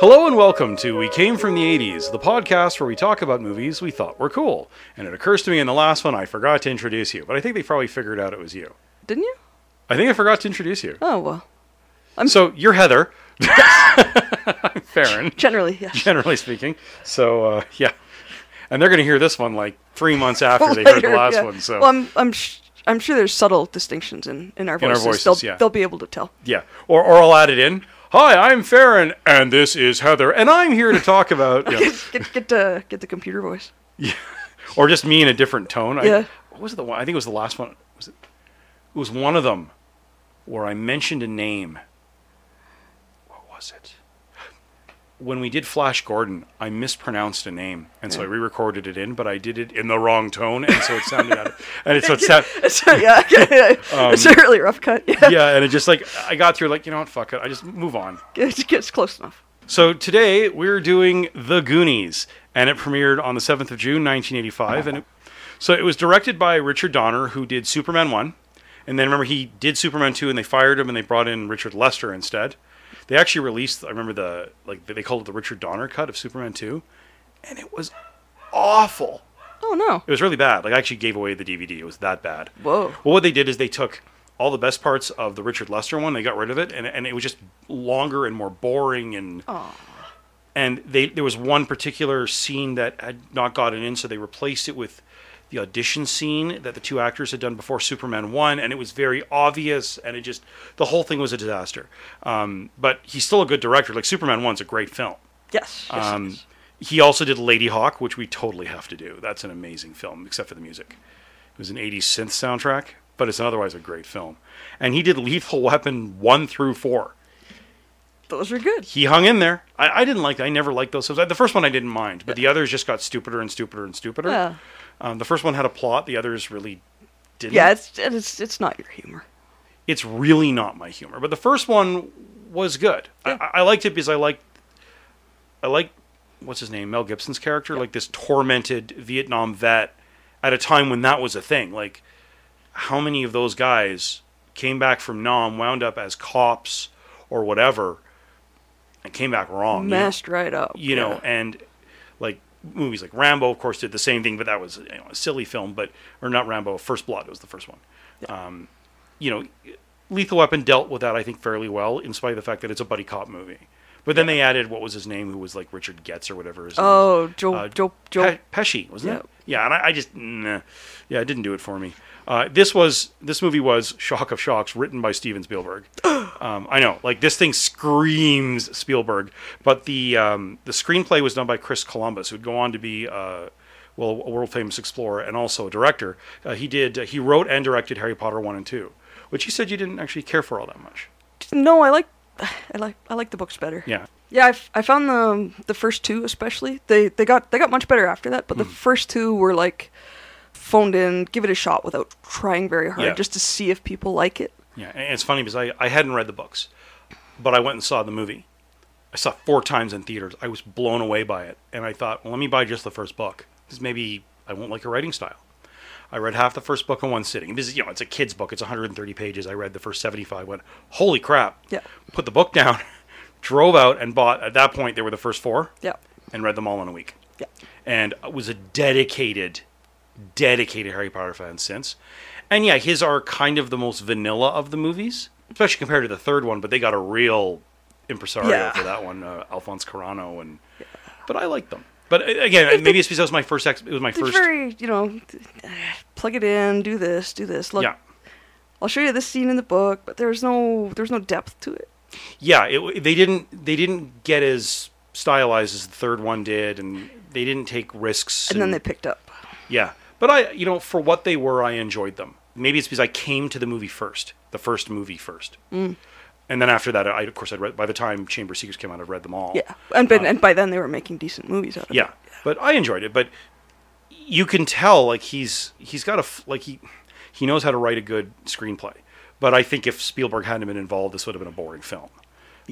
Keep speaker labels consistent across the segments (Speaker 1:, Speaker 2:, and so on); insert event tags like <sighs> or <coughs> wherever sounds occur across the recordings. Speaker 1: Hello and welcome to We Came From the 80s, the podcast where we talk about movies we thought were cool. And it occurs to me in the last one I forgot to introduce you, but I think they probably figured out it was you.
Speaker 2: Didn't you?
Speaker 1: I think I forgot to introduce you.
Speaker 2: Oh well.
Speaker 1: So you're Heather. I'm <laughs> Farron,
Speaker 2: Generally, yeah.
Speaker 1: generally speaking. So uh, yeah. And they're going to hear this one like three months after they heard the
Speaker 2: Later,
Speaker 1: last
Speaker 2: yeah.
Speaker 1: one. So
Speaker 2: Well, I'm I'm sh- I'm sure there's subtle distinctions in in our
Speaker 1: our
Speaker 2: voices.
Speaker 1: voices,
Speaker 2: they'll
Speaker 1: yeah.
Speaker 2: they'll be able to tell.
Speaker 1: yeah. Or, or I'll add it in. Hi, I'm Farron, and this is Heather, and I'm here to talk about. yeah.
Speaker 2: <laughs> Get get the get the computer voice. <laughs>
Speaker 1: or just me in a different tone. I,
Speaker 2: Yeah.
Speaker 1: What was the one? I think it was the last one. Was it? It was one of them where I mentioned a name. What was it? When we did Flash Gordon, I mispronounced a name, and so I re-recorded it in, but I did it in the wrong tone, and so it sounded out. Of, and it's so it sound,
Speaker 2: so, yeah, yeah, <laughs> yeah. it's a really rough cut. <laughs> Yeah,
Speaker 1: Um, yeah, and it just like I got through like you know what, fuck it, I just move on.
Speaker 2: it gets close enough.
Speaker 1: So today we're doing The Goonies, and it premiered on the 7th of June, 1985. And it, so it was directed by Richard Donner, who did Superman 1. And then remember, he did Superman 2, and they fired him, and they brought in Richard Lester instead. They actually released, I remember the, like, they called it the Richard Donner cut of Superman 2, and it was awful.
Speaker 2: Oh no.
Speaker 1: It was really bad. Like I actually gave away the DVD. It was that bad.
Speaker 2: Whoa.
Speaker 1: Well, what they did is they took all the best parts of the Richard Lester one. They got rid of it, and and it was just longer and more boring and. And they there was one particular scene that had not gotten in, so they replaced it with the audition scene that the two actors had done before Superman one, and it was very obvious, and it just the whole thing was a disaster. Um, but he's still a good director. Like Superman one's a great film.
Speaker 2: Yes. yes,
Speaker 1: Um,
Speaker 2: yes.
Speaker 1: he also did Lady Hawk, which we totally have to do. That's an amazing film, except for the music. It was an 80s synth soundtrack, but it's otherwise a great film. And he did Lethal Weapon 1 through 4.
Speaker 2: Those are good.
Speaker 1: He hung in there. I, I didn't like I never liked those films. The first one I didn't mind, but the others just got stupider and stupider and stupider.
Speaker 2: Yeah.
Speaker 1: Um, the first one had a plot, the others really didn't
Speaker 2: Yeah, it's it's it's not your humor.
Speaker 1: it's really not my humor. But the first one was good. I, I liked it because I liked, I like, what's his name, Mel Gibson's character, like this tormented Vietnam vet at a time when that was a thing. Like, how many of those guys came back from Nam, wound up as cops or whatever, and came back wrong? you know?
Speaker 2: Messed right up.
Speaker 1: Oh, you know,
Speaker 2: Yeah.
Speaker 1: and like movies like Rambo, of course, did the same thing, but that was you know, a silly film, but or not Rambo, First Blood was the first one. Um, you know, Lethal Weapon dealt with that, I think, fairly well, in spite of the fact that it's a buddy cop movie. But then they added what was his name, who was like Richard Getz or whatever. His name.
Speaker 2: Oh, Joe,
Speaker 1: Uh,
Speaker 2: Joe, Joe.
Speaker 1: Pe- Pesci, wasn't
Speaker 2: Yeah.
Speaker 1: it? Yeah, and I, I just, nah. yeah, it didn't do it for me. Uh, this was this movie was Shock of Shocks, written by Steven Spielberg. um, I know, like this thing screams Spielberg, but the um, the screenplay was done by Chris Columbus, who'd go on to be. Uh, well, a world famous explorer and also a director. Uh, he did. he wrote and directed Harry Potter one and two, which you said you didn't actually care for all that much.
Speaker 2: No, I like, <sighs> I like, I like the books better.
Speaker 1: Yeah,
Speaker 2: Yeah, I, f- I found the the first two especially. They they got they got much better after that, but
Speaker 1: Hmm.
Speaker 2: the first two were like phoned in, give it a shot without trying very hard,
Speaker 1: Yeah.
Speaker 2: just to see if people like it.
Speaker 1: Yeah, and it's funny because I, I hadn't read the books, but I went and saw the movie. I saw it four times in theaters. I was blown away by it, and I thought, well, let me buy just the first book because maybe I won't like her writing style. I read half the first book in one sitting. This is, you know, it's a kid's book. It's 130 pages. I read the first 75. Went, holy crap!
Speaker 2: Yeah.
Speaker 1: Put the book <laughs> down, drove out, and bought. At that point, there were the first four.
Speaker 2: Yeah,
Speaker 1: And read them all in a week
Speaker 2: yeah.
Speaker 1: and was a dedicated, dedicated Harry Potter fan since. And yeah, his are kind of the most vanilla of the movies, especially compared to the third one. But they got a real impresario
Speaker 2: Yeah.
Speaker 1: for that one, uh, Alphonse Carano, and but I like them. But uh, again, maybe it's because that was my first. Ex- it was my
Speaker 2: They're
Speaker 1: first.
Speaker 2: very you know, plug it in, do this, do this. Look,
Speaker 1: Yeah,
Speaker 2: I'll show you this scene in the book, but there's no there's no depth to it.
Speaker 1: yeah. It, they didn't. They didn't get as stylized as the third one did, and they didn't take risks.
Speaker 2: And then they picked up.
Speaker 1: Yeah. But I, you know, for what they were, I enjoyed them. Maybe it's because I came to the movie first, the first movie first. Mm. And then after that, I, of course, I'd read, by the time Chamber Secrets came out, I'd read them all.
Speaker 2: Yeah, and but, and by then they were making decent movies out of it.
Speaker 1: Uh. Yeah. But I enjoyed it. But you can tell, like, he's, he's got a, f- like, he, he knows how to write a good screenplay. But I think if Spielberg hadn't been involved, this would have been a boring film.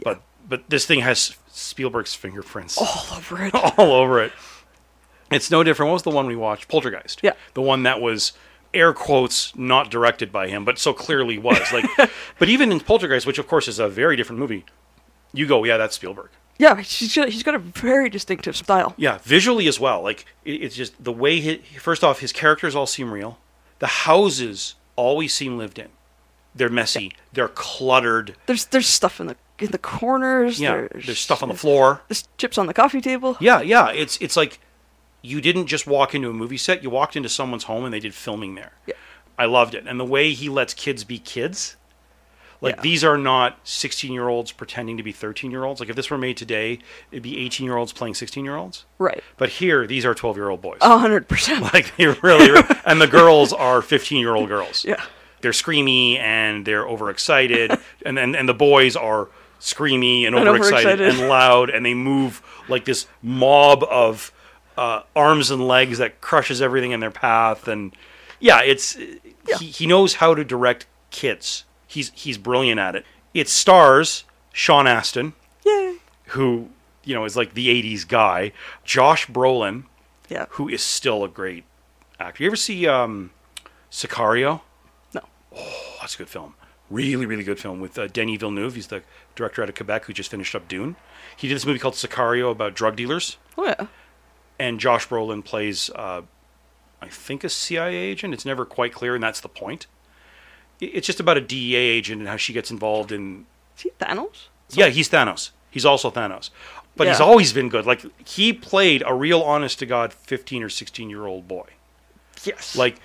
Speaker 1: But, but this thing has Spielberg's fingerprints
Speaker 2: all over
Speaker 1: <laughs>
Speaker 2: it.
Speaker 1: all over it. It's no different. What was the one we watched? Poltergeist.
Speaker 2: Yeah.
Speaker 1: The one that was air quotes not directed by him, but so clearly <laughs> was. Like but even in Poltergeist, which of course is a very different movie, you go, yeah, that's Spielberg.
Speaker 2: Yeah, she's got, he's got a very distinctive style.
Speaker 1: Yeah, visually as well. Like it, it's just the way he. First off, his characters all seem real. The houses always seem lived in. They're messy. They're cluttered.
Speaker 2: There's there's stuff in the in the corners.
Speaker 1: Yeah,
Speaker 2: there's,
Speaker 1: there's stuff on the floor.
Speaker 2: There's chips on the coffee table.
Speaker 1: Yeah, yeah. It's it's like you didn't just walk into a movie set. You walked into someone's home and they did filming there.
Speaker 2: Yeah.
Speaker 1: I loved it, and the way he lets kids be kids. Like
Speaker 2: Yeah.
Speaker 1: these are not 16 year olds pretending to be 13 year olds. Like if this were made today, it'd be 18 year olds playing 16 year olds.
Speaker 2: Right.
Speaker 1: But here, these are 12 year old boys.
Speaker 2: A hundred percent.
Speaker 1: <laughs> Like they really,
Speaker 2: <laughs>
Speaker 1: re- and the girls are 15 year old girls.
Speaker 2: Yeah.
Speaker 1: They're screamy and they're overexcited,
Speaker 2: <laughs>
Speaker 1: and and, and the boys are screamy and,
Speaker 2: And
Speaker 1: overexcited,
Speaker 2: overexcited.
Speaker 1: and loud, and they move like this mob of uh, arms and legs that crushes everything in their path. And yeah, it's He, he knows how to direct kids. He's he's brilliant at it. It stars Sean Astin,
Speaker 2: Yay.
Speaker 1: who you know is like the '80s guy, Josh Brolin
Speaker 2: Yeah.
Speaker 1: who is still a great actor. You ever see um, Sicario?
Speaker 2: No.
Speaker 1: Oh, that's a good film. Really, really good film with uh, Denis Villeneuve. He's the director out of Quebec who just finished up Dune. He did this movie called Sicario about drug dealers,
Speaker 2: Oh yeah.
Speaker 1: and Josh Brolin plays, uh, I think, a CIA agent. It's never quite clear, and that's the point. I- It's just about a DEA agent and how she gets involved in
Speaker 2: See Thanos.
Speaker 1: yeah, he's Thanos. He's also Thanos. But he's
Speaker 2: Yeah.
Speaker 1: always been good. Like he played a real honest to god 15 or 16 year old boy.
Speaker 2: Yes.
Speaker 1: Like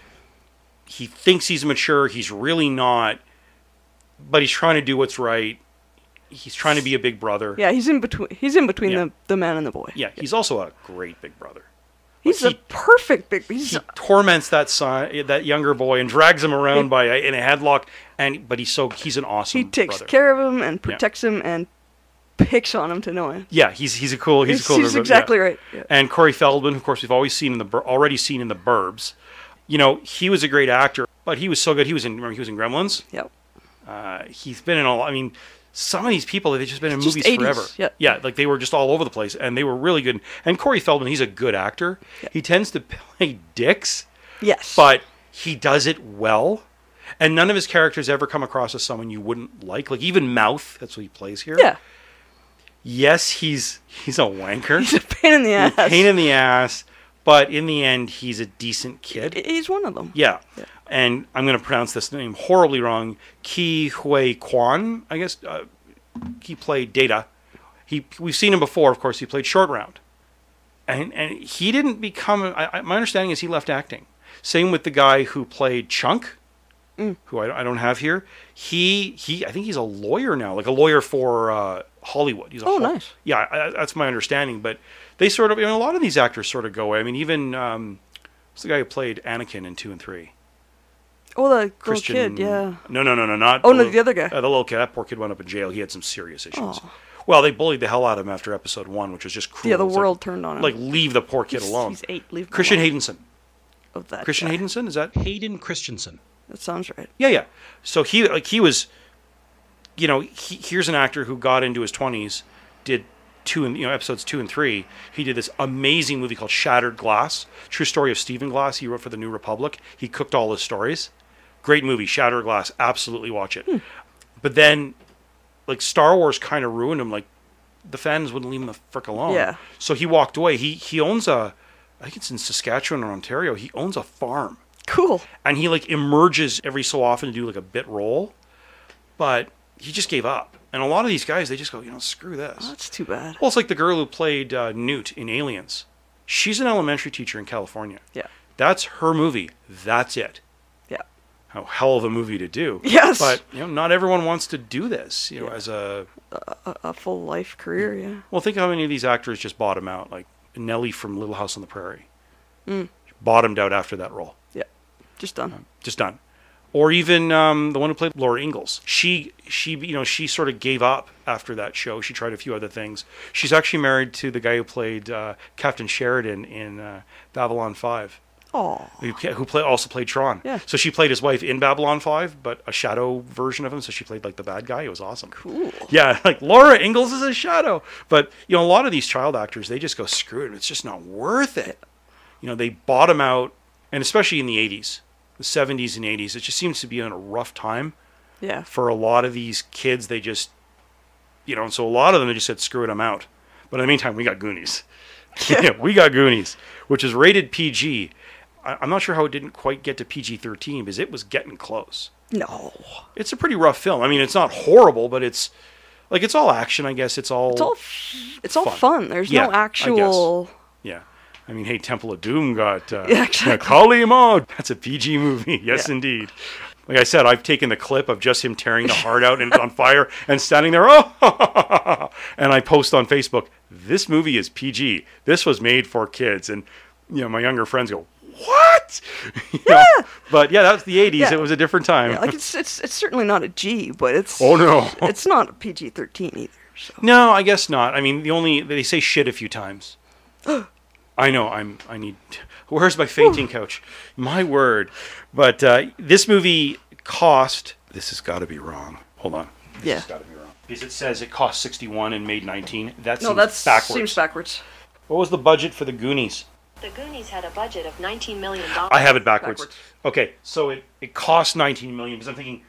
Speaker 1: he thinks he's mature, he's really not, but he's trying to do what's right. He's trying to be a big brother.
Speaker 2: Yeah, he's in between. He's in between
Speaker 1: Yeah.
Speaker 2: the the man and the boy.
Speaker 1: Yeah, he's also a great big brother.
Speaker 2: He's
Speaker 1: Like,
Speaker 2: a perfect big. He's
Speaker 1: he torments that son, that younger boy and drags him around by in a headlock and but he's so he's an awesome
Speaker 2: he takes
Speaker 1: brother.
Speaker 2: care of him and protects him and picks on him to no end.
Speaker 1: Yeah, he's he's a cool he's, a
Speaker 2: He's-
Speaker 1: cool.
Speaker 2: he's
Speaker 1: river-
Speaker 2: exactly
Speaker 1: yeah.
Speaker 2: right, yeah.
Speaker 1: And Corey Feldman, of course, we've always seen in the Bur- already seen in the Burbs. You know, he was a great actor, but he was so good. He was in remember he was in Gremlins.
Speaker 2: Yep.
Speaker 1: Uh, he's been in all. I mean, some of these people they've just been in
Speaker 2: Just
Speaker 1: movies
Speaker 2: 80s,
Speaker 1: forever.
Speaker 2: yeah.
Speaker 1: yeah, like they were just all over the place, and they were really good. And Corey Feldman, he's a good actor. He tends to <laughs> play dicks,
Speaker 2: Yes.
Speaker 1: but he does it well. And none of his characters ever come across as someone you wouldn't like. Like even Mouth, that's what he plays here.
Speaker 2: yeah, <laughs>
Speaker 1: Yes, he's he's a wanker.
Speaker 2: he's a pain in the ass. <laughs>
Speaker 1: pain in the ass, but in the end, he's a decent kid.
Speaker 2: he's one of them.
Speaker 1: Yeah. And I'm going to pronounce this name horribly wrong. Ki Hui Kwan, I guess. Uh, he played Data. He we've seen him before, of course. He played Short Round, and and he didn't become. I, I, my understanding is he left acting. Same with the guy who played Chunk,
Speaker 2: Mm.
Speaker 1: who I, don't- I don't have here. He he. I think he's a lawyer now, like a lawyer for uh, Hollywood. He's a Hol-
Speaker 2: Oh, nice.
Speaker 1: Yeah, I, I- that's my understanding. But they sort of. I mean, a lot of these actors sort of go away. I mean, even um, what's the guy who played Anakin in two and three?
Speaker 2: Oh, the little
Speaker 1: Christian.
Speaker 2: kid. Yeah.
Speaker 1: No, no, no, no, not.
Speaker 2: Oh, no,
Speaker 1: little-
Speaker 2: the other guy.
Speaker 1: Uh, the little kid. That poor kid went up in jail. He had some serious issues. Well, they bullied the hell out of him after episode one, which was just cruel.
Speaker 2: Yeah, the
Speaker 1: It's like-
Speaker 2: world turned on him.
Speaker 1: Like, leave the poor kid
Speaker 2: He's-
Speaker 1: alone.
Speaker 2: He's eight. Leave him
Speaker 1: Christian
Speaker 2: alone.
Speaker 1: Haydenson.
Speaker 2: Of that.
Speaker 1: Christian
Speaker 2: guy.
Speaker 1: Haydenson is that? Hayden Christensen.
Speaker 2: That sounds right.
Speaker 1: Yeah, yeah. So he like he was, you know, he, here's an actor who got into his 20s, did two and you know episodes two and three. He did this amazing movie called Shattered Glass, true story of Stephen Glass. He wrote for the New Republic. He cooked all his stories. Great movie, Shattered Glass. Absolutely watch it. But then, like Star Wars, kind of ruined him. Like the fans wouldn't leave him the frick alone.
Speaker 2: Yeah.
Speaker 1: So he walked away. He he owns a, I think it's in Saskatchewan or Ontario. He owns a farm
Speaker 2: Cool.
Speaker 1: and he like emerges every so often to do like a bit role, but he just gave up. And a lot of these guys, they just go, you know, screw this.
Speaker 2: Oh, That's too bad.
Speaker 1: Well, it's like the girl who played uh, Newt in Aliens. She's an elementary teacher in California.
Speaker 2: Yeah.
Speaker 1: That's her movie. That's it.
Speaker 2: Yeah.
Speaker 1: A hell of a movie to do.
Speaker 2: Yes.
Speaker 1: But you know, not everyone wants to do this. You know, as a
Speaker 2: A full life career. Yeah.
Speaker 1: well, think how many of these actors just bottom out. Like Nellie from Little House on the Prairie,
Speaker 2: Mm.
Speaker 1: bottomed out after that role.
Speaker 2: Yeah. Just done.
Speaker 1: just done. Or even um, the one who played Laura Ingalls. She she you know she sort of gave up after that show. She tried a few other things. She's actually married to the guy who played uh, Captain Sheridan in uh, Babylon Five,
Speaker 2: Oh.
Speaker 1: who, who play, also played Tron.
Speaker 2: Yeah.
Speaker 1: So she played his wife in Babylon Five, but a shadow version of him. So she played like the bad guy. It was awesome.
Speaker 2: Cool.
Speaker 1: Yeah, <laughs> like Laura Ingalls is a shadow. But you know, a lot of these child actors, they just go screw it. It's just not worth it. You know, they bottom out, and especially in the '80s, the '70s and '80s, it just seems to be in a rough time
Speaker 2: Yeah.
Speaker 1: for a lot of these kids. They just, you know, so a lot of them they just said, screw it, I'm out. But in the meantime, we got Goonies. <laughs> yeah, we got Goonies, which is rated PG. I, I'm not sure how it didn't quite get to PG 13 because it was getting close.
Speaker 2: No.
Speaker 1: It's a pretty rough film. I mean, it's not horrible, but it's like it's all action. I guess it's all
Speaker 2: It's all f- it's all
Speaker 1: Fun.
Speaker 2: fun. There's
Speaker 1: Yeah, I
Speaker 2: no
Speaker 1: guess.
Speaker 2: actual
Speaker 1: yeah. I mean, hey, Temple of Doom got uh,
Speaker 2: <laughs> Yeah, exactly.
Speaker 1: Kali Maud. That's a PG
Speaker 2: <laughs>
Speaker 1: movie. Yes,
Speaker 2: Yeah.
Speaker 1: indeed. Like I said, I've taken the clip of just him tearing the heart out
Speaker 2: <laughs>
Speaker 1: and it's on fire and standing there, oh, <laughs> and I post on Facebook, this movie is PG. This was made for kids. And, you know, my younger friends go, what? <laughs> You know? But yeah, that was the 80s.
Speaker 2: Yeah.
Speaker 1: It was a different time.
Speaker 2: yeah, like it's it's it's certainly not a G, but it's
Speaker 1: <laughs> oh, no.
Speaker 2: <laughs> it's not a PG-13 either. So
Speaker 1: No, I guess not. I mean, the only they say shit a few
Speaker 2: <gasps>
Speaker 1: times. I know. I'm. I need. <laughs> Where's my fainting couch? My word. But uh, this movie cost. This has got to be wrong. Hold on. This
Speaker 2: Yeah.
Speaker 1: has got to be wrong because it says it cost 61 and made 19. That
Speaker 2: no,
Speaker 1: seems
Speaker 2: that's
Speaker 1: backwards.
Speaker 2: seems backwards.
Speaker 1: What was the budget for the Goonies?
Speaker 3: The Goonies had a budget of $19 million.
Speaker 1: I have it backwards.
Speaker 2: Backwards.
Speaker 1: Okay, so it, it cost 19 million because I'm thinking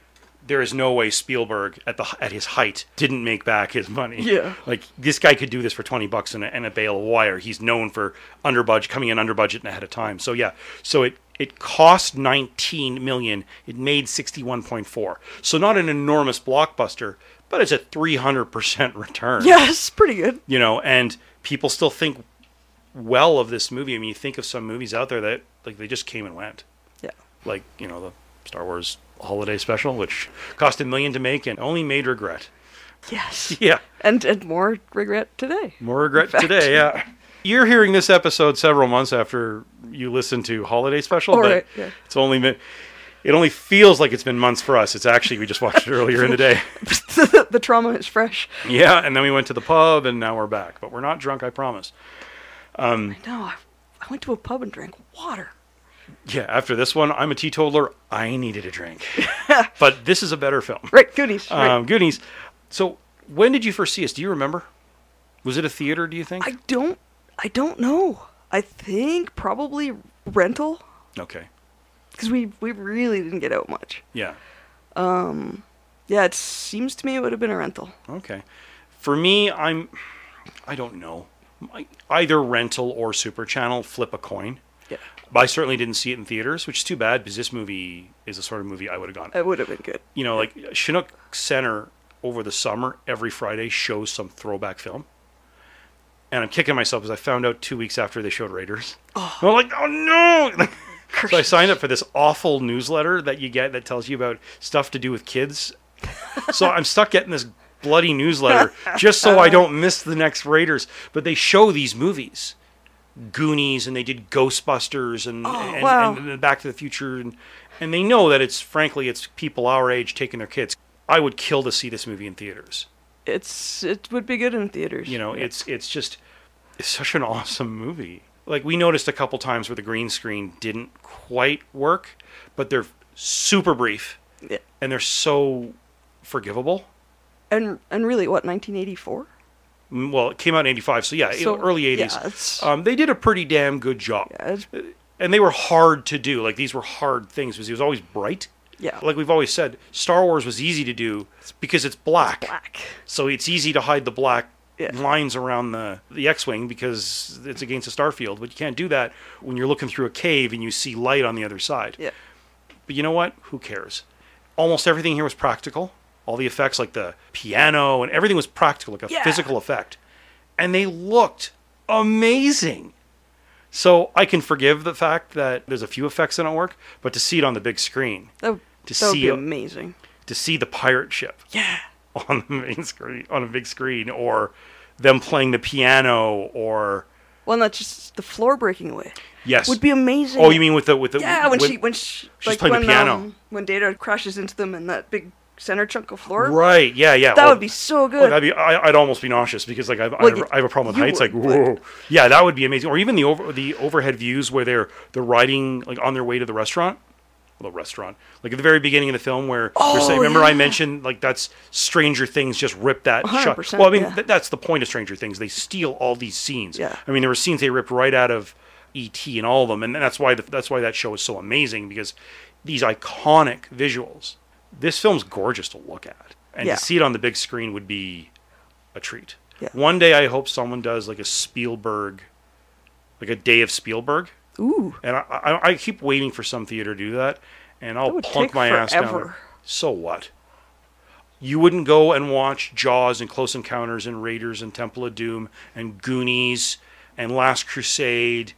Speaker 1: there is no way Spielberg at the at his height didn't make back his money.
Speaker 2: Yeah.
Speaker 1: like this guy could do this for 20 bucks and a, and a bale of wire. He's known for under budget coming in under budget and ahead of time. So yeah, so it it cost 19 million. It made 61.4. So not an enormous blockbuster, but it's a 300 percent return
Speaker 2: Yeah, it's pretty good.
Speaker 1: you know, and people still think well of this movie. I mean, you think of some movies out there that like they just came and went,
Speaker 2: Yeah.
Speaker 1: like you know the Star Wars Holiday Special, which cost a million to make and only made regret. <laughs>
Speaker 2: Yes.
Speaker 1: Yeah,
Speaker 2: And and more regret today. <laughs>
Speaker 1: more regret today. Yeah, you're hearing this episode several months after you listen to Holiday Special,
Speaker 2: All
Speaker 1: but
Speaker 2: right, yeah.
Speaker 1: it's only been. It only feels like it's been months for us. It's actually we just watched it earlier in the
Speaker 2: <laughs>
Speaker 1: day.
Speaker 2: the trauma is fresh.
Speaker 1: Yeah, and then we went to the pub, and now we're back. But we're not drunk, I promise. Mm.
Speaker 2: No, I, I went to a pub and drank water.
Speaker 1: Yeah, after this one, I'm a teetotaler. I needed a
Speaker 2: <laughs>
Speaker 1: drink. but this is a better film.
Speaker 2: Right, Goonies. Right.
Speaker 1: Um, Goonies. So, when did you first see us? Do you remember? Was it a theater, do you think?
Speaker 2: I don't I don't know. I think probably rental
Speaker 1: okay.
Speaker 2: because we we really didn't get out much.
Speaker 1: Yeah.
Speaker 2: Yeah, it seems to me it would have been a rental.
Speaker 1: Okay. For me, I'm. I don't know. I- Either rental or super channel, flip a coin.
Speaker 2: Yeah,
Speaker 1: But I certainly didn't see it in theaters, which is too bad because this movie is the sort of movie I would have gone.
Speaker 2: it would have been good.
Speaker 1: you know, like Chinook Center over the summer, every Friday shows some throwback film. And I'm kicking myself because I found out two weeks after they showed Raiders. And I'm like, oh no! <laughs> Like, so I signed up for this awful newsletter that you get that tells you about stuff to do with kids. so I'm stuck getting this bloody newsletter just so I don't miss the next Raiders. But they show these movies. Goonies and they did Ghostbusters and, and,
Speaker 2: wow.
Speaker 1: and Back to the Future and, and they know that it's frankly it's people our age taking their kids. I would kill to see this movie in theaters.
Speaker 2: It's it would be good in theaters.
Speaker 1: You know, it's it's just it's such an <laughs> awesome movie. Like we noticed a couple times where the green screen didn't quite work, but they're super brief
Speaker 2: Yeah.
Speaker 1: and they're so forgivable.
Speaker 2: and and really what 1984?
Speaker 1: Mm, Well, it came out in '85, so yeah,
Speaker 2: So,
Speaker 1: early
Speaker 2: yeah,
Speaker 1: '80s.
Speaker 2: it's-
Speaker 1: um, they did a pretty damn good job.
Speaker 2: Yeah, it's,
Speaker 1: and they were hard to do. Like these were hard things because he was always bright.
Speaker 2: Yeah.
Speaker 1: Like we've always said, Star Wars was easy to do because it's black.
Speaker 2: black.
Speaker 1: So it's easy to hide the black
Speaker 2: Yeah.
Speaker 1: lines around the the X-wing because it's against a starfield. But you can't do that when you're looking through a cave and you see light on the other side.
Speaker 2: Yeah.
Speaker 1: But you know what? Who cares? Almost everything here was practical. All the effects, like the piano and everything, was practical, like a
Speaker 2: Yeah.
Speaker 1: physical effect. And they looked amazing. So I can forgive the fact that there's a few effects that don't work, but to see it on the big screen,
Speaker 2: That, would-
Speaker 1: To
Speaker 2: that would
Speaker 1: see
Speaker 2: be
Speaker 1: it-
Speaker 2: amazing.
Speaker 1: to see the pirate ship
Speaker 2: Yeah.
Speaker 1: <laughs> on the main screen, on a big screen, or them playing the piano, or
Speaker 2: Well, not just the floor breaking away.
Speaker 1: yes,
Speaker 2: Would be amazing.
Speaker 1: Oh, you mean with the with the
Speaker 2: Yeah, when
Speaker 1: with-
Speaker 2: she when she,
Speaker 1: she's
Speaker 2: like
Speaker 1: playing the
Speaker 2: when,
Speaker 1: piano.
Speaker 2: Um, when Data crashes into them in that big center chunk of floor.
Speaker 1: right? Yeah, yeah.
Speaker 2: That
Speaker 1: Oh,
Speaker 2: would be so
Speaker 1: Oh,
Speaker 2: good.
Speaker 1: that'd be. I, I'd almost be nauseous because like I've,
Speaker 2: Well,
Speaker 1: I,
Speaker 2: you-
Speaker 1: have, I have a problem with
Speaker 2: you
Speaker 1: heights. Like
Speaker 2: would,
Speaker 1: whoa, yeah, that would be amazing. Or even the over the overhead views where they're they're riding like on their way to the restaurant, well, the restaurant. Like at the very beginning of the film where they're saying,
Speaker 2: Oh,
Speaker 1: remember I
Speaker 2: yeah.
Speaker 1: mentioned like that's Stranger Things just ripped that shot.
Speaker 2: 100%,
Speaker 1: Well, I mean
Speaker 2: yeah.
Speaker 1: th- that's the point of Stranger Things. They steal all these scenes.
Speaker 2: Yeah.
Speaker 1: I mean there were scenes they ripped right out of E.T. and all of them, and that's why the, that's why that show is so amazing because these iconic visuals. This film's gorgeous to look at, and
Speaker 2: Yeah.
Speaker 1: to see it on the big screen would be a treat.
Speaker 2: Yeah.
Speaker 1: One day I hope someone does like a Spielberg, like a day of Spielberg.
Speaker 2: Ooh.
Speaker 1: And I, I, I keep waiting for some theater to do that, and I'll
Speaker 2: That would
Speaker 1: plunk
Speaker 2: take
Speaker 1: my ass down.
Speaker 2: forever.
Speaker 1: There. So what? You wouldn't go and watch Jaws and Close Encounters and Raiders and Temple of Doom and Goonies and Last Crusade.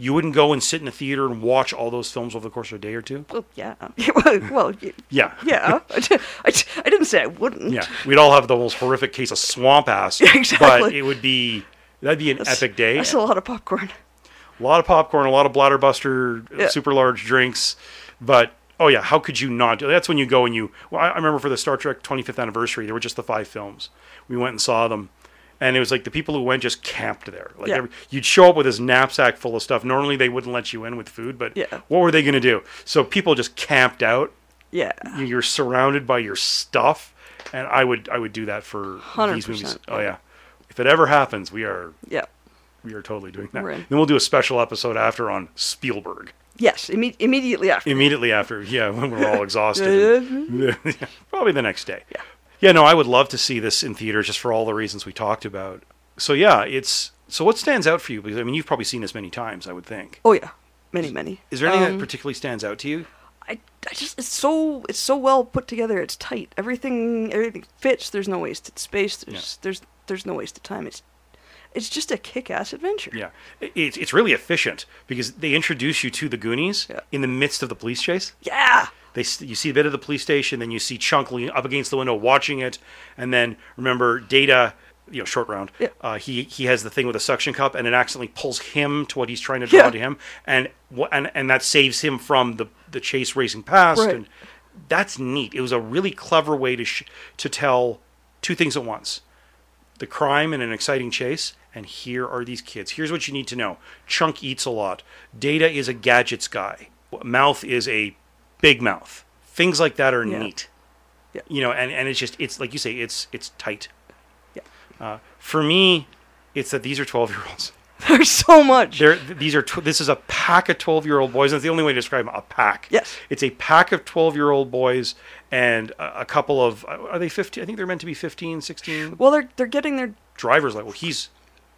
Speaker 1: You wouldn't go and sit in a theater and watch all those films over the course of a day or two.
Speaker 2: Well, yeah. <laughs> well, well, y-
Speaker 1: Yeah. <laughs>
Speaker 2: yeah. I, d- I d- I didn't say I wouldn't.
Speaker 1: Yeah, we'd all have the most horrific case of swamp ass. But
Speaker 2: <laughs> exactly.
Speaker 1: it would be that'd be an
Speaker 2: That's-
Speaker 1: epic day.
Speaker 2: That's a lot of popcorn. <laughs>
Speaker 1: a lot of popcorn, a lot of bladderbuster,
Speaker 2: Yeah.
Speaker 1: super large drinks. But oh yeah, how could you not? do That's when you go and you. Well, I I remember for the Star Trek 25th anniversary, there were just the five films. We went and saw them, and it was like the people who went just camped there. Like
Speaker 2: Yeah.
Speaker 1: every- you'd show up with this knapsack full of stuff. Normally they wouldn't let you in with food, but
Speaker 2: Yeah.
Speaker 1: what were they going to do? So people just camped out.
Speaker 2: Yeah.
Speaker 1: You- You're surrounded by your stuff, and I would I would do that for these movies.
Speaker 2: 100%,
Speaker 1: Oh
Speaker 2: yeah.
Speaker 1: yeah, if it ever happens, we are
Speaker 2: Yeah.
Speaker 1: we are totally doing that.
Speaker 2: We're in.
Speaker 1: Then we'll do a special episode after on Spielberg.
Speaker 2: Yes. Imme- immediately after.
Speaker 1: Immediately after, yeah, when we're all exhausted.
Speaker 2: Mm-hmm.
Speaker 1: <laughs> Probably the next day. Yeah. no, I would love to see this in theaters just for all the reasons we talked about. So yeah, it's so what stands out for you? Because I mean you've probably seen this many times, I would think.
Speaker 2: oh yeah. Many, many.
Speaker 1: Is there anything
Speaker 2: Um,
Speaker 1: that particularly stands out to you?
Speaker 2: I, I just it's so it's so well put together. It's tight. Everything everything fits. There's no wasted space. There's there's there's no wasted time. It's it's just a kick-ass adventure.
Speaker 1: Yeah. I- It's it's really efficient because they introduce you to the Goonies
Speaker 2: Yeah.
Speaker 1: in the midst of the police chase.
Speaker 2: Yeah. <laughs>
Speaker 1: They s- you see a bit of the police station, then you see Chunk lean up against the window watching it, and then remember Data, you know, short round.
Speaker 2: Yeah.
Speaker 1: Uh, he he has the thing with a suction cup, and it accidentally pulls him to what he's trying to draw
Speaker 2: Yeah.
Speaker 1: to him, and wh- and and that saves him from the the chase racing past,
Speaker 2: Right.
Speaker 1: and that's neat. It was a really clever way to sh- to tell two things at once the crime and an exciting chase. And here are these kids. Here's what you need to know Chunk eats a lot. Data is a gadgets guy. Mouth is a big mouth. Things like that are
Speaker 2: Yeah.
Speaker 1: neat.
Speaker 2: Yeah.
Speaker 1: You know, and, and it's just, it's like you say, it's it's tight.
Speaker 2: Yeah.
Speaker 1: Uh, for me, it's that these are 12 year olds.
Speaker 2: There's so much.
Speaker 1: They're, th- these are tw- this is a pack of 12 year old boys. That's the only way to describe 'em, a pack.
Speaker 2: Yes.
Speaker 1: It's a pack of 12 year old boys and a, a couple of, uh, are they 15? I think they're meant to be 15, 16
Speaker 2: well, they're they're getting their
Speaker 1: driver's license. Well, he's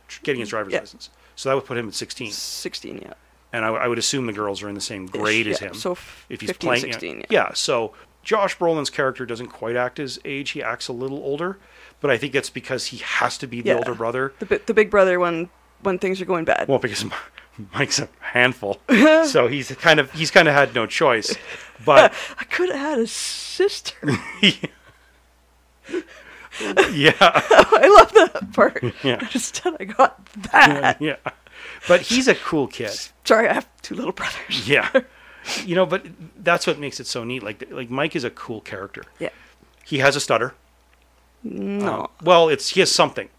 Speaker 1: tr- getting his driver's
Speaker 2: Yeah.
Speaker 1: license, so that would put him at 16.
Speaker 2: 16 yeah.
Speaker 1: And I, w- I would assume the girls are in the same grade as
Speaker 2: yeah.
Speaker 1: him.
Speaker 2: So f- 15, 16, yeah.
Speaker 1: So Josh Brolin's character doesn't quite act his age; he acts a little older, but I think that's because he has to be the
Speaker 2: Yeah.
Speaker 1: older brother.
Speaker 2: The bi- the big brother when when things are going bad.
Speaker 1: Well, because <laughs> M- Mike's a handful,
Speaker 2: <laughs>
Speaker 1: so he's kind of he's kind of had no choice. But
Speaker 2: <laughs> I could have had a sister. <laughs>
Speaker 1: <laughs> yeah. <laughs>
Speaker 2: I love that part.
Speaker 1: Yeah.
Speaker 2: Instead, I got that.
Speaker 1: yeah. But he's a cool kid.
Speaker 2: Sorry, I have two
Speaker 1: <laughs>
Speaker 2: little brothers.
Speaker 1: Yeah. You know, but that's what makes it so neat. Like like Mike is a cool character.
Speaker 2: Yeah.
Speaker 1: He has a stutter. Um,
Speaker 2: No.
Speaker 1: Well, it's he has something.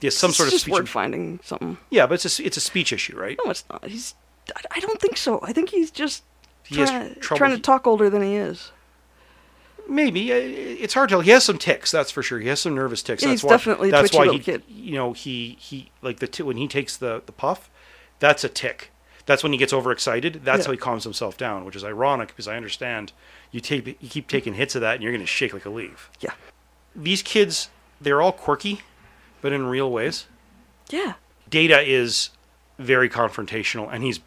Speaker 1: He has some
Speaker 2: It's
Speaker 1: sort of
Speaker 2: just
Speaker 1: speech.
Speaker 2: word finding something.
Speaker 1: Yeah, but it's a, it's a speech issue, right?
Speaker 2: No, it's not. He's. I- I don't think so. I think he's just
Speaker 1: He has
Speaker 2: trying,
Speaker 1: trouble-
Speaker 2: trying to talk older than he is.
Speaker 1: Maybe I- it's hard to tell. He has some ticks, that's for sure. He has some nervous ticks.
Speaker 2: Yeah,
Speaker 1: that's
Speaker 2: he's
Speaker 1: why,
Speaker 2: definitely a
Speaker 1: that's
Speaker 2: twitchy
Speaker 1: why
Speaker 2: little
Speaker 1: he,
Speaker 2: kid.
Speaker 1: you know, he he like the t- when he takes the the puff, that's a tick. That's when he gets overexcited. That's
Speaker 2: Yeah.
Speaker 1: how he calms himself down, which is ironic because I understand you take you keep taking hits of that and you're going to shake like a leaf.
Speaker 2: Yeah.
Speaker 1: These kids, they're all quirky, but in real ways.
Speaker 2: Yeah.
Speaker 1: Data is very confrontational and he's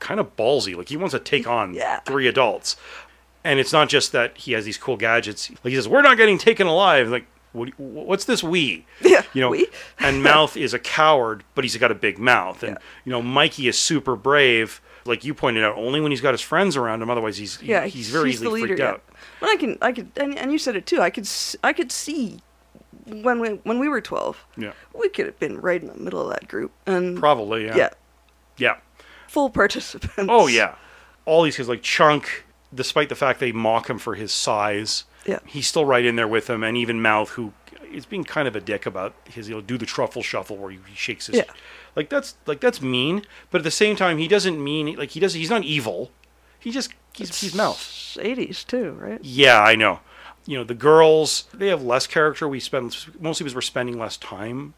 Speaker 1: kind of ballsy. Like he wants to take on
Speaker 2: <laughs> Yeah.
Speaker 1: three adults. And it's not just that he has these cool gadgets. Like he says, "We're not getting taken alive." Like, what, do you- what's this we?
Speaker 2: <laughs> Yeah,
Speaker 1: you know.
Speaker 2: we.
Speaker 1: <laughs> and Mouth is a coward, but he's got a big mouth. And you know, Mikey is super brave. Like you pointed out, only when he's got his friends around him. Otherwise, he's he-
Speaker 2: Yeah.
Speaker 1: he's very easily freaked
Speaker 2: yeah.
Speaker 1: out.
Speaker 2: But I can, I could, and, and you said it too. I could, s- I could see when we when we were twelve.
Speaker 1: Yeah.
Speaker 2: We could have been right in the middle of that group, and
Speaker 1: Probably, yeah.
Speaker 2: yeah,
Speaker 1: yeah.
Speaker 2: full participants.
Speaker 1: Oh yeah, all these kids like Chunk. Despite the fact they mock him for his size,
Speaker 2: Yeah.
Speaker 1: he's still right in there with him, and even Mouth, who is being kind of a dick about his, he'll do the truffle shuffle where he he shakes his,
Speaker 2: Yeah.
Speaker 1: like that's like that's mean, but at the same time he doesn't mean like he does he's not evil, he just he's he's Mouth.
Speaker 2: Eighties too, right?
Speaker 1: Yeah, I know. You know, the girls, they have less character. We spend mostly because we're spending less time.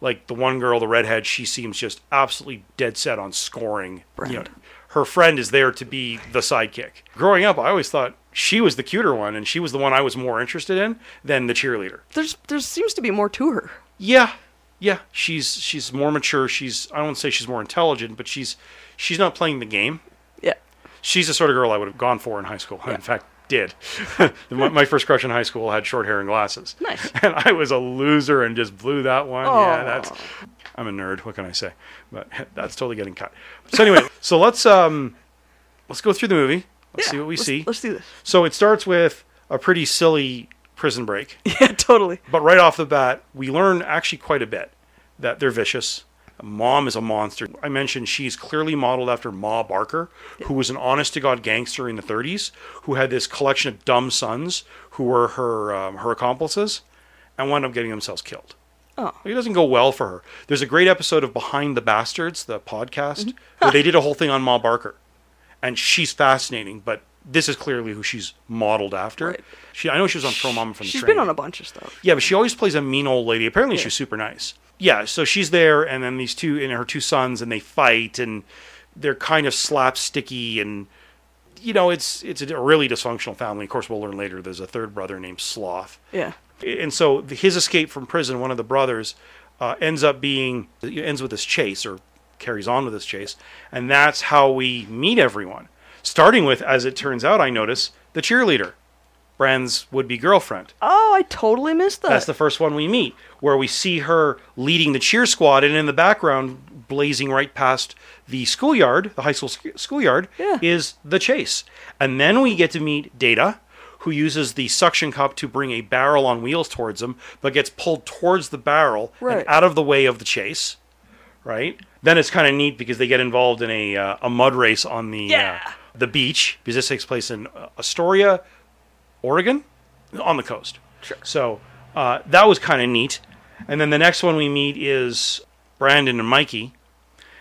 Speaker 1: Like the one girl, the redhead, she seems just absolutely dead set on scoring. You know,
Speaker 2: Brand.
Speaker 1: her friend is there to be the sidekick. Growing up, I always thought she was the cuter one and she was the one I was more interested in than the cheerleader.
Speaker 2: There's there seems to be more to her.
Speaker 1: Yeah. yeah, she's she's more mature. She's I don't want to say she's more intelligent, but she's she's not playing the game.
Speaker 2: Yeah.
Speaker 1: She's the sort of girl I would have gone for in high school. In fact, did. <laughs> my, my first crush in high school had short hair and glasses.
Speaker 2: Nice.
Speaker 1: <laughs> And I was a loser and just blew that one. Yeah,
Speaker 2: Aw.
Speaker 1: that's I'm a nerd. What can I say? But <laughs> that's totally getting cut. So anyway, <laughs> so let's um let's go through the movie. Let's
Speaker 2: Yeah,
Speaker 1: see what we
Speaker 2: let's-
Speaker 1: see.
Speaker 2: Let's do this. <laughs>
Speaker 1: So it starts with a pretty silly prison break.
Speaker 2: Yeah, totally.
Speaker 1: But right off the bat, we learn actually quite a bit that they're vicious. Mom is a monster. I mentioned she's clearly modeled after Ma Barker, who was an honest to God gangster in the 30s, who had this collection of dumb sons who were her um, her accomplices and wound up getting themselves killed.
Speaker 2: Oh.
Speaker 1: It doesn't go well for her. There's a great episode of Behind the Bastards, the podcast,
Speaker 2: Mm-hmm.
Speaker 1: where they did a whole thing on Ma Barker. And she's fascinating, but this is clearly who she's modeled after.
Speaker 2: Right.
Speaker 1: She, I know she was on Pro Mama from the
Speaker 2: She's
Speaker 1: Train.
Speaker 2: been on a bunch of stuff.
Speaker 1: Yeah, but she always plays a mean old lady. Apparently,
Speaker 2: Yeah.
Speaker 1: she's super nice. Yeah, so she's there, and then these two and her two sons, and they fight, and they're kind of slapsticky, and you know, it's it's a really dysfunctional family. Of course, we'll learn later. There's a third brother named Sloth,
Speaker 2: Yeah.
Speaker 1: and so the- his escape from prison, one of the brothers, uh, ends up being it ends with this chase or carries on with this chase, and that's how we meet everyone. Starting with, as it turns out, I notice the cheerleader, Brand's would-be girlfriend.
Speaker 2: Oh, I totally missed that.
Speaker 1: That's the first one we meet, where we see her leading the cheer squad, and in the background, blazing right past the schoolyard, the high school sc- schoolyard,
Speaker 2: Yeah.
Speaker 1: is the chase. And then we get to meet Data, who uses the suction cup to bring a barrel on wheels towards him, but gets pulled towards the barrel
Speaker 2: Right.
Speaker 1: and out of the way of the chase. Right. Then it's kind of neat because they get involved in a uh, a mud race on the
Speaker 2: Yeah.
Speaker 1: uh, the beach because this takes place in uh, Astoria, Oregon, on the coast. Sure. So uh, that was kind of neat. And then the next one we meet is Brandon and Mikey,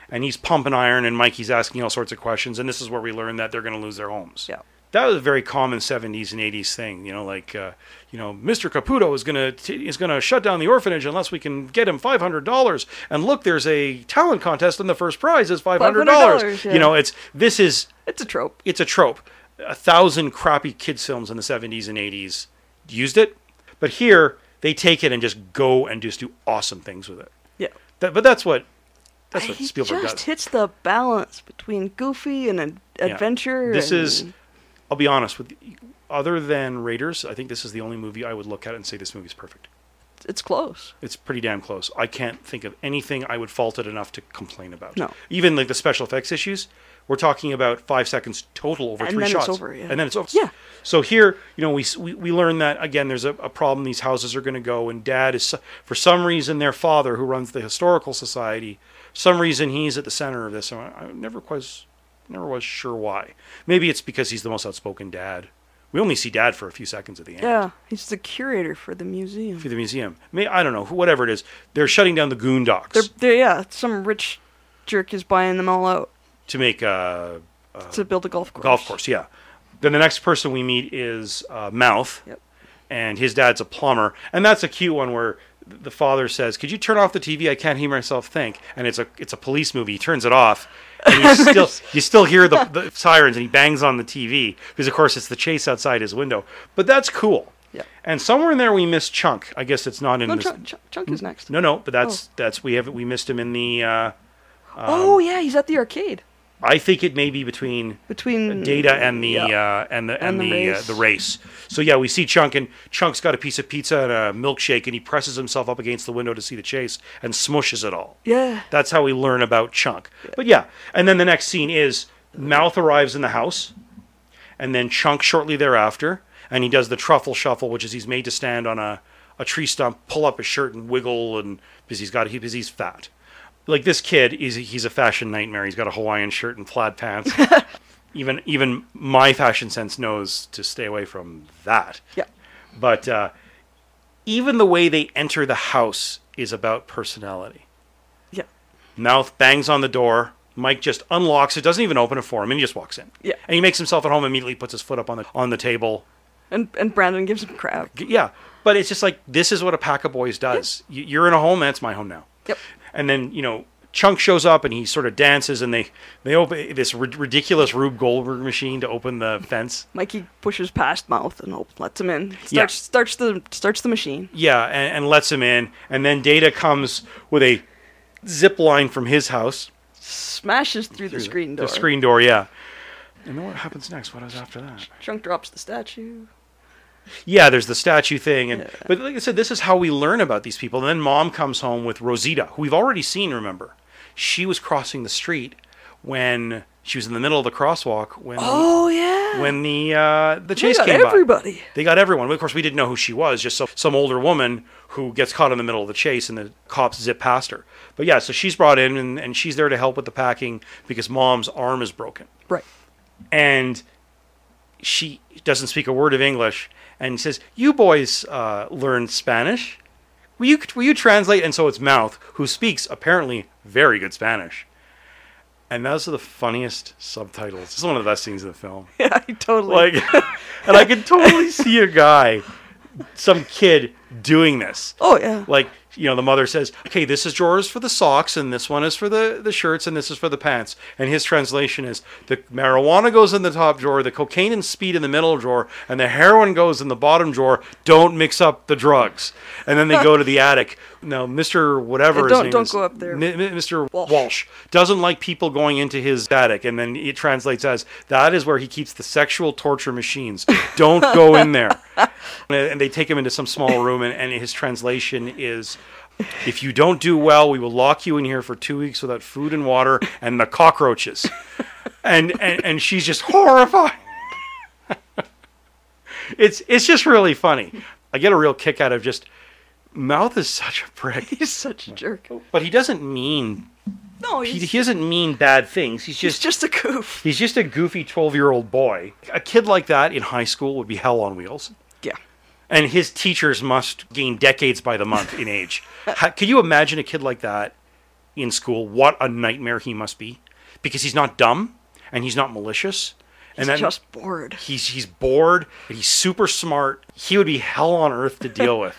Speaker 1: and he's pumping iron, and Mikey's asking all sorts of questions. And this is where we learn that they're going to lose their homes.
Speaker 2: Yeah.
Speaker 1: That was a very common '70s and '80s thing, you know, like uh, you know, Mr. Caputo is gonna t- is gonna shut down the orphanage unless we can get him five hundred dollars. And look, there's a talent contest, and the first prize is five hundred dollars.
Speaker 2: $500, yeah.
Speaker 1: You know, it's this is
Speaker 2: It's a trope.
Speaker 1: it's a trope. A thousand crappy kids films in the 70s and 80s used it, but here they take it and just go and just do awesome things with it.
Speaker 2: Yeah.
Speaker 1: That, but that's what that's what
Speaker 2: he
Speaker 1: Spielberg
Speaker 2: just
Speaker 1: does.
Speaker 2: hits the balance between goofy and ad-
Speaker 1: Yeah.
Speaker 2: adventure.
Speaker 1: This is,
Speaker 2: and-
Speaker 1: I'll be honest with, you, other than Raiders, I think this is the only movie I would look at and say this movie's perfect.
Speaker 2: it's close.
Speaker 1: It's pretty damn close. I can't think of anything I would fault it enough to complain about.
Speaker 2: No.
Speaker 1: Even like the special effects issues, we're talking about five seconds total over
Speaker 2: And
Speaker 1: three
Speaker 2: then it's
Speaker 1: shots.
Speaker 2: over, yeah.
Speaker 1: And then it's over.
Speaker 2: Yeah.
Speaker 1: So here, you know, we s- we, we learn that again. There's a, a problem. These houses are going to go, and Dad is so- for some reason their father, who runs the historical society, some reason he's at the center of this. And I, I never was never was sure why. Maybe it's because he's the most outspoken dad. We only see Dad for a few seconds at the end
Speaker 2: Yeah. He's the curator for the museum.
Speaker 1: for the museum. May I don't know, who- whatever it is. They're shutting down the Goondocks
Speaker 2: They're, they're, yeah, some rich jerk is buying them all out
Speaker 1: to make a
Speaker 2: to build a golf course.
Speaker 1: Uh, golf course. Yeah. Then the next person we meet is uh, Mouth,
Speaker 2: Yep.
Speaker 1: and his dad's a plumber, and that's a cute one where th- the father says, "Could you turn off the TV? I can't hear myself think." And it's a it's a police movie. He turns it off. And
Speaker 2: <laughs>
Speaker 1: you still you still hear the, the sirens, and he bangs on the TV because of course it's the chase outside his window. But that's cool.
Speaker 2: Yeah.
Speaker 1: And somewhere in there we miss Chunk. I guess it's not in
Speaker 2: No,
Speaker 1: this.
Speaker 2: Chunk, Oh. Chunk, Chunk is next.
Speaker 1: Hmm? No, no, but that's that's we have we missed him in the. Uh,
Speaker 2: oh,
Speaker 1: um,
Speaker 2: yeah, he's at the arcade.
Speaker 1: I think it may be between
Speaker 2: Between
Speaker 1: Data and the
Speaker 2: Yeah.
Speaker 1: uh, and the and,
Speaker 2: And the
Speaker 1: the
Speaker 2: race.
Speaker 1: Uh, the race. So yeah, we see Chunk and Chunk's got a piece of pizza and a milkshake, and he presses himself up against the window to see the chase and smushes it all.
Speaker 2: Yeah.
Speaker 1: That's how we learn about Chunk. But yeah, and then the next scene is Mouth arrives in the house, and then Chunk shortly thereafter, and he does the truffle shuffle, which is he's made to stand on a, a tree stump, pull up his shirt and wiggle, and because he's got he, because he's fat. Like this kid is he's a fashion nightmare. He's got a Hawaiian shirt and plaid pants. even even my fashion sense knows to stay away from that.
Speaker 2: Yeah.
Speaker 1: But uh, even the way they enter the house is about personality.
Speaker 2: Yeah.
Speaker 1: Mouth bangs on the door. Mike just unlocks it, doesn't even open it for him, and he just walks in.
Speaker 2: Yeah.
Speaker 1: And he makes himself at home immediately, puts his foot up on the on the table.
Speaker 2: And, and Brandon gives him crap.
Speaker 1: G- Yeah. But it's just like this is what a pack of boys does. Y- You're in a home, that's my home now.
Speaker 2: Yep.
Speaker 1: And then you know Chunk shows up and he sort of dances and they they open this rid- ridiculous Rube Goldberg machine to open the fence.
Speaker 2: Mikey pushes past Mouth and Hope lets him in. Starts
Speaker 1: Yeah.
Speaker 2: starts the starts the machine.
Speaker 1: Yeah, and, and lets him in. And then Data comes with a zip line from his house.
Speaker 2: Smashes through, the screen door.
Speaker 1: The screen door, yeah. And then what happens next? What is after that?
Speaker 2: Chunk drops the statue.
Speaker 1: Yeah, there's the statue thing, and
Speaker 2: Yeah.
Speaker 1: but like I said, this is how we learn about these people. And then mom comes home with Rosita, who we've already seen. Remember, she was crossing the street when she was in the middle of the crosswalk when
Speaker 2: Oh yeah.
Speaker 1: when the uh, the chase
Speaker 2: got
Speaker 1: came
Speaker 2: everybody.
Speaker 1: by. They got everyone. Of course, we didn't know who she was. Just some, some older woman who gets caught in the middle of the chase, and the cops zip past her. But yeah, so she's brought in, and, and she's there to help with the packing because mom's arm is broken
Speaker 2: right. <laughs>
Speaker 1: and she doesn't speak a word of English and says, "You boys uh, learned Spanish. Will you will you translate?" And so it's Mouth who speaks apparently very good Spanish. And those are the funniest subtitles. It's one of the best scenes in the film.
Speaker 2: Yeah, I totally.
Speaker 1: Like, <laughs> and I can totally see a guy, some kid, doing this
Speaker 2: oh yeah.
Speaker 1: like you know the mother says okay this is drawers for the socks and this one is for the the shirts and this is for the pants and his translation is the marijuana goes in the top drawer the cocaine and speed in the middle drawer and the heroin goes in the bottom drawer don't mix up the drugs and then they go to the attic now mr whatever
Speaker 2: Yeah,
Speaker 1: his
Speaker 2: don't-
Speaker 1: name
Speaker 2: don't
Speaker 1: is,
Speaker 2: go up there.
Speaker 1: Mi- Mi- mr walsh.
Speaker 2: Walsh.
Speaker 1: doesn't like people going into his attic and then it translates as that is where he keeps the sexual torture machines don't go in
Speaker 2: <laughs>
Speaker 1: there and they take him into some small room, and, and his translation is If you don't do well, we will lock you in here for two weeks without food and water and the cockroaches.
Speaker 2: <laughs>
Speaker 1: And, and, and she's just horrified. <laughs> it's, it's just really funny. I get a real kick out of just Mouth is such a prick.
Speaker 2: He's such a jerk.
Speaker 1: But he doesn't mean
Speaker 2: No,
Speaker 1: Oh. he,
Speaker 2: he's,
Speaker 1: he doesn't mean bad things. He's
Speaker 2: he's
Speaker 1: just
Speaker 2: just a goof.
Speaker 1: he's just a goofy twelve year old boy. A kid like that in high school would be hell on wheels
Speaker 2: Yeah.
Speaker 1: and his teachers must gain decades by the month in age. How, can you imagine a kid like that in school? What a nightmare he must be, because he's not dumb and he's not malicious, and
Speaker 2: He's
Speaker 1: then
Speaker 2: just bored.
Speaker 1: he's he's bored. And he's super smart. He would be hell on earth to
Speaker 2: <laughs>
Speaker 1: deal with,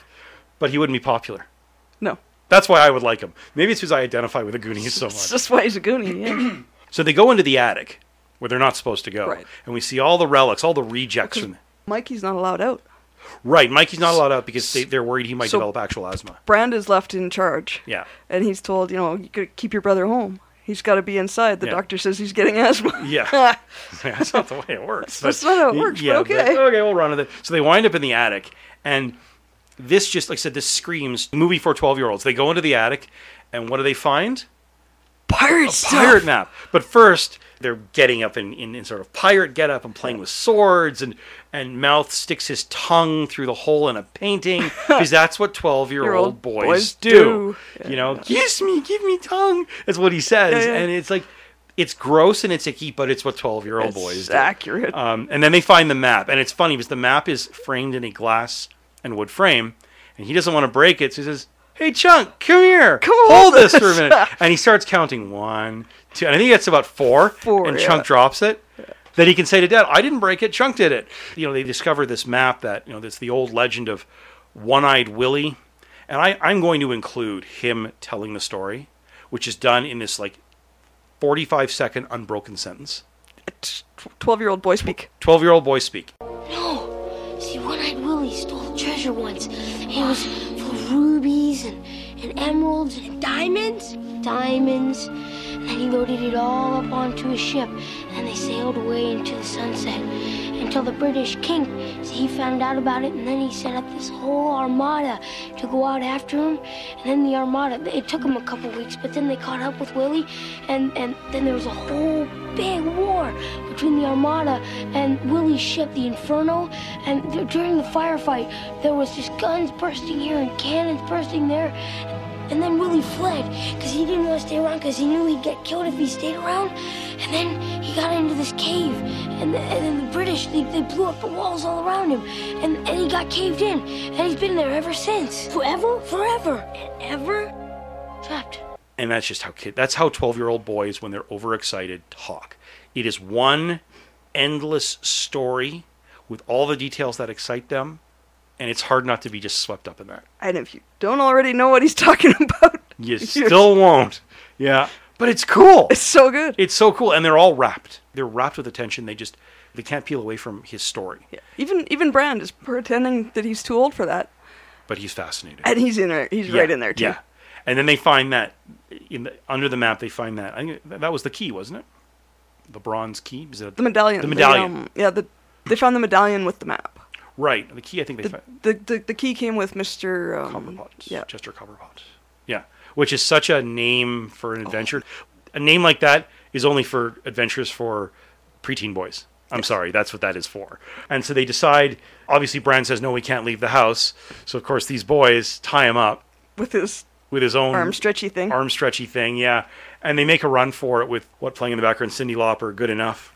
Speaker 1: but he wouldn't be popular. Oh,
Speaker 2: No.
Speaker 1: That's why I would like him. Maybe it's because I identify with the Goonies so
Speaker 2: It's
Speaker 1: much.
Speaker 2: just why he's a goonie.
Speaker 1: <clears throat>
Speaker 2: Yeah.
Speaker 1: So they go into the attic where they're not supposed to go,
Speaker 2: Right.
Speaker 1: and we see all the relics, all the rejects from.
Speaker 2: Mikey's not allowed out.
Speaker 1: Right, Mikey's not allowed out because they, they're worried he might
Speaker 2: So-
Speaker 1: develop actual asthma.
Speaker 2: Brand is left in charge.
Speaker 1: Yeah. <laughs>
Speaker 2: And he's told, you know, you gotta keep your brother home. He's got to be inside. The
Speaker 1: Yeah.
Speaker 2: doctor says he's getting asthma. <laughs>
Speaker 1: Yeah. that's not the way it works.
Speaker 2: That's not how it works, but okay.
Speaker 1: okay, we'll run with it. So they wind up in the attic, and this just, like I said, this screams movie for 12 year olds. They go into the attic, and what do they find?
Speaker 2: Pirate stuff.
Speaker 1: Pirate map. But first, they're getting up in, in, in sort of pirate getup and playing with swords, and, and Mouth sticks his tongue through the hole in a
Speaker 2: <laughs>
Speaker 1: painting because that's what 12 year old
Speaker 2: old
Speaker 1: boys,
Speaker 2: boys
Speaker 1: do.
Speaker 2: do.
Speaker 1: You know, kiss me, give me tongue. That's what he says.
Speaker 2: Yeah, yeah.
Speaker 1: And it's like, it's gross and it's icky, but it's what 12 year old
Speaker 2: It's
Speaker 1: boys do.
Speaker 2: accurate.
Speaker 1: Um, and then they find the map, and it's funny because the map is framed in a glass and wood frame, and he doesn't want to break it, so he says, "Hey, Chunk, come here,
Speaker 2: Come
Speaker 1: hold
Speaker 2: hold
Speaker 1: this for a
Speaker 2: this."
Speaker 1: minute." And he starts counting one, two, and I think that's about four.
Speaker 2: Four,
Speaker 1: and
Speaker 2: yeah.
Speaker 1: Chunk drops it. Then he can say to Dad, "I didn't break it. Chunk did it." You know, they discover this map that you know that's the old legend of One-Eyed Willie, and I, I'm going to include him telling the story, which is done in this like 45 second unbroken sentence.
Speaker 2: Twelve-year-old boy speak.
Speaker 1: 12 year old boy speak.
Speaker 4: No. See, One-Eyed Willie stole treasure once. and It was full of rubies and, and emeralds and diamonds. Diamonds. And then he loaded it all up onto his ship. And they sailed away into the sunset until the British king, see, he found out about it. And then he set up this whole armada to go out after him. And then the armada, it took him a couple weeks, but then they caught up with Willie. And, and then there was a whole big war between the Armada and Willie's ship, the Inferno. And th- during the firefight, there was just guns bursting here and cannons bursting there. And then Willie fled because he didn't want to stay around because he knew he'd get killed if he stayed around. And then he got into this cave, and, the, and then the British they, they blew up the walls all around him, and, and he got caved in, and he's been there ever since. Forever, forever, and ever trapped.
Speaker 1: and that's just how kid that's how 12 year old boys when they're overexcited talk it is one endless story with all the details that excite them and it's hard not to be just swept up in that
Speaker 2: <laughs> And if you don't already know what he's <laughs> talking about,
Speaker 1: you
Speaker 2: you're-
Speaker 1: still won't Yeah, but it's cool.
Speaker 2: It's so good.
Speaker 1: It's so cool, and they're all wrapped. They're wrapped with attention. They just they can't peel away from his story.
Speaker 2: yeah. Even even Brand is pretending that he's too old for that,
Speaker 1: But he's fascinated.
Speaker 2: and he's in there. He's right
Speaker 1: Yeah,
Speaker 2: in there too.
Speaker 1: Yeah, and then they find that in the, under the map. They find that I think that that was the key, wasn't it? The bronze key. Is that
Speaker 2: The medallion.
Speaker 1: The medallion.
Speaker 2: um, yeah. The they found the medallion with the map.
Speaker 1: right. The key. I think they
Speaker 2: The
Speaker 1: found.
Speaker 2: the, the, the key came with Mister. Um,
Speaker 1: Copperpot.
Speaker 2: yeah.
Speaker 1: Chester Copperpot. Yeah. Which is such a name for an adventure. A name like that is only for adventures for preteen boys. I'm sorry, that's what that is for. And so they decide, obviously, Bran says, no, we can't leave the house. So, of course, these boys tie him up
Speaker 2: With his
Speaker 1: with his own
Speaker 2: arm stretchy thing.
Speaker 1: arm stretchy thing. Yeah. And they make a run for it with what playing in the background, Cindy Lauper, good enough.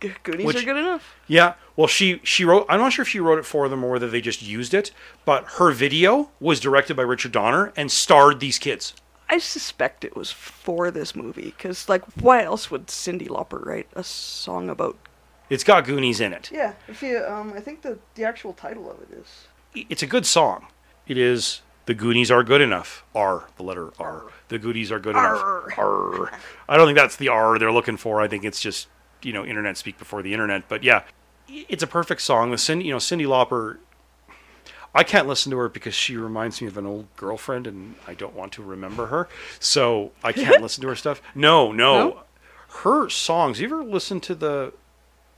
Speaker 2: G- goodies
Speaker 1: which-
Speaker 2: are good enough.
Speaker 1: Yeah. Well, she she wrote. I'm not sure if she wrote it for them or whether they just used it. But her video was directed by Richard Donner and starred these kids.
Speaker 2: I suspect it was for this movie, because like, why else would Cindy Lauper write a song about?
Speaker 1: It's got Goonies in it.
Speaker 2: Yeah, if you um, I think the the actual title of it is.
Speaker 1: It's a good song. It is. The Goonies are good enough. R, the letter R. The Goonies are good enough. R. <laughs> I don't think that's the R they're looking for. I think it's just you know internet speak before the internet. But yeah, it's a perfect song. The Cindy, you know Cindy Lauper. I can't listen to her because she reminds me of an old girlfriend, and I don't want to remember her. So I <laughs> can't listen to her stuff. No, no.
Speaker 2: No?
Speaker 1: Her songs. You ever listen to the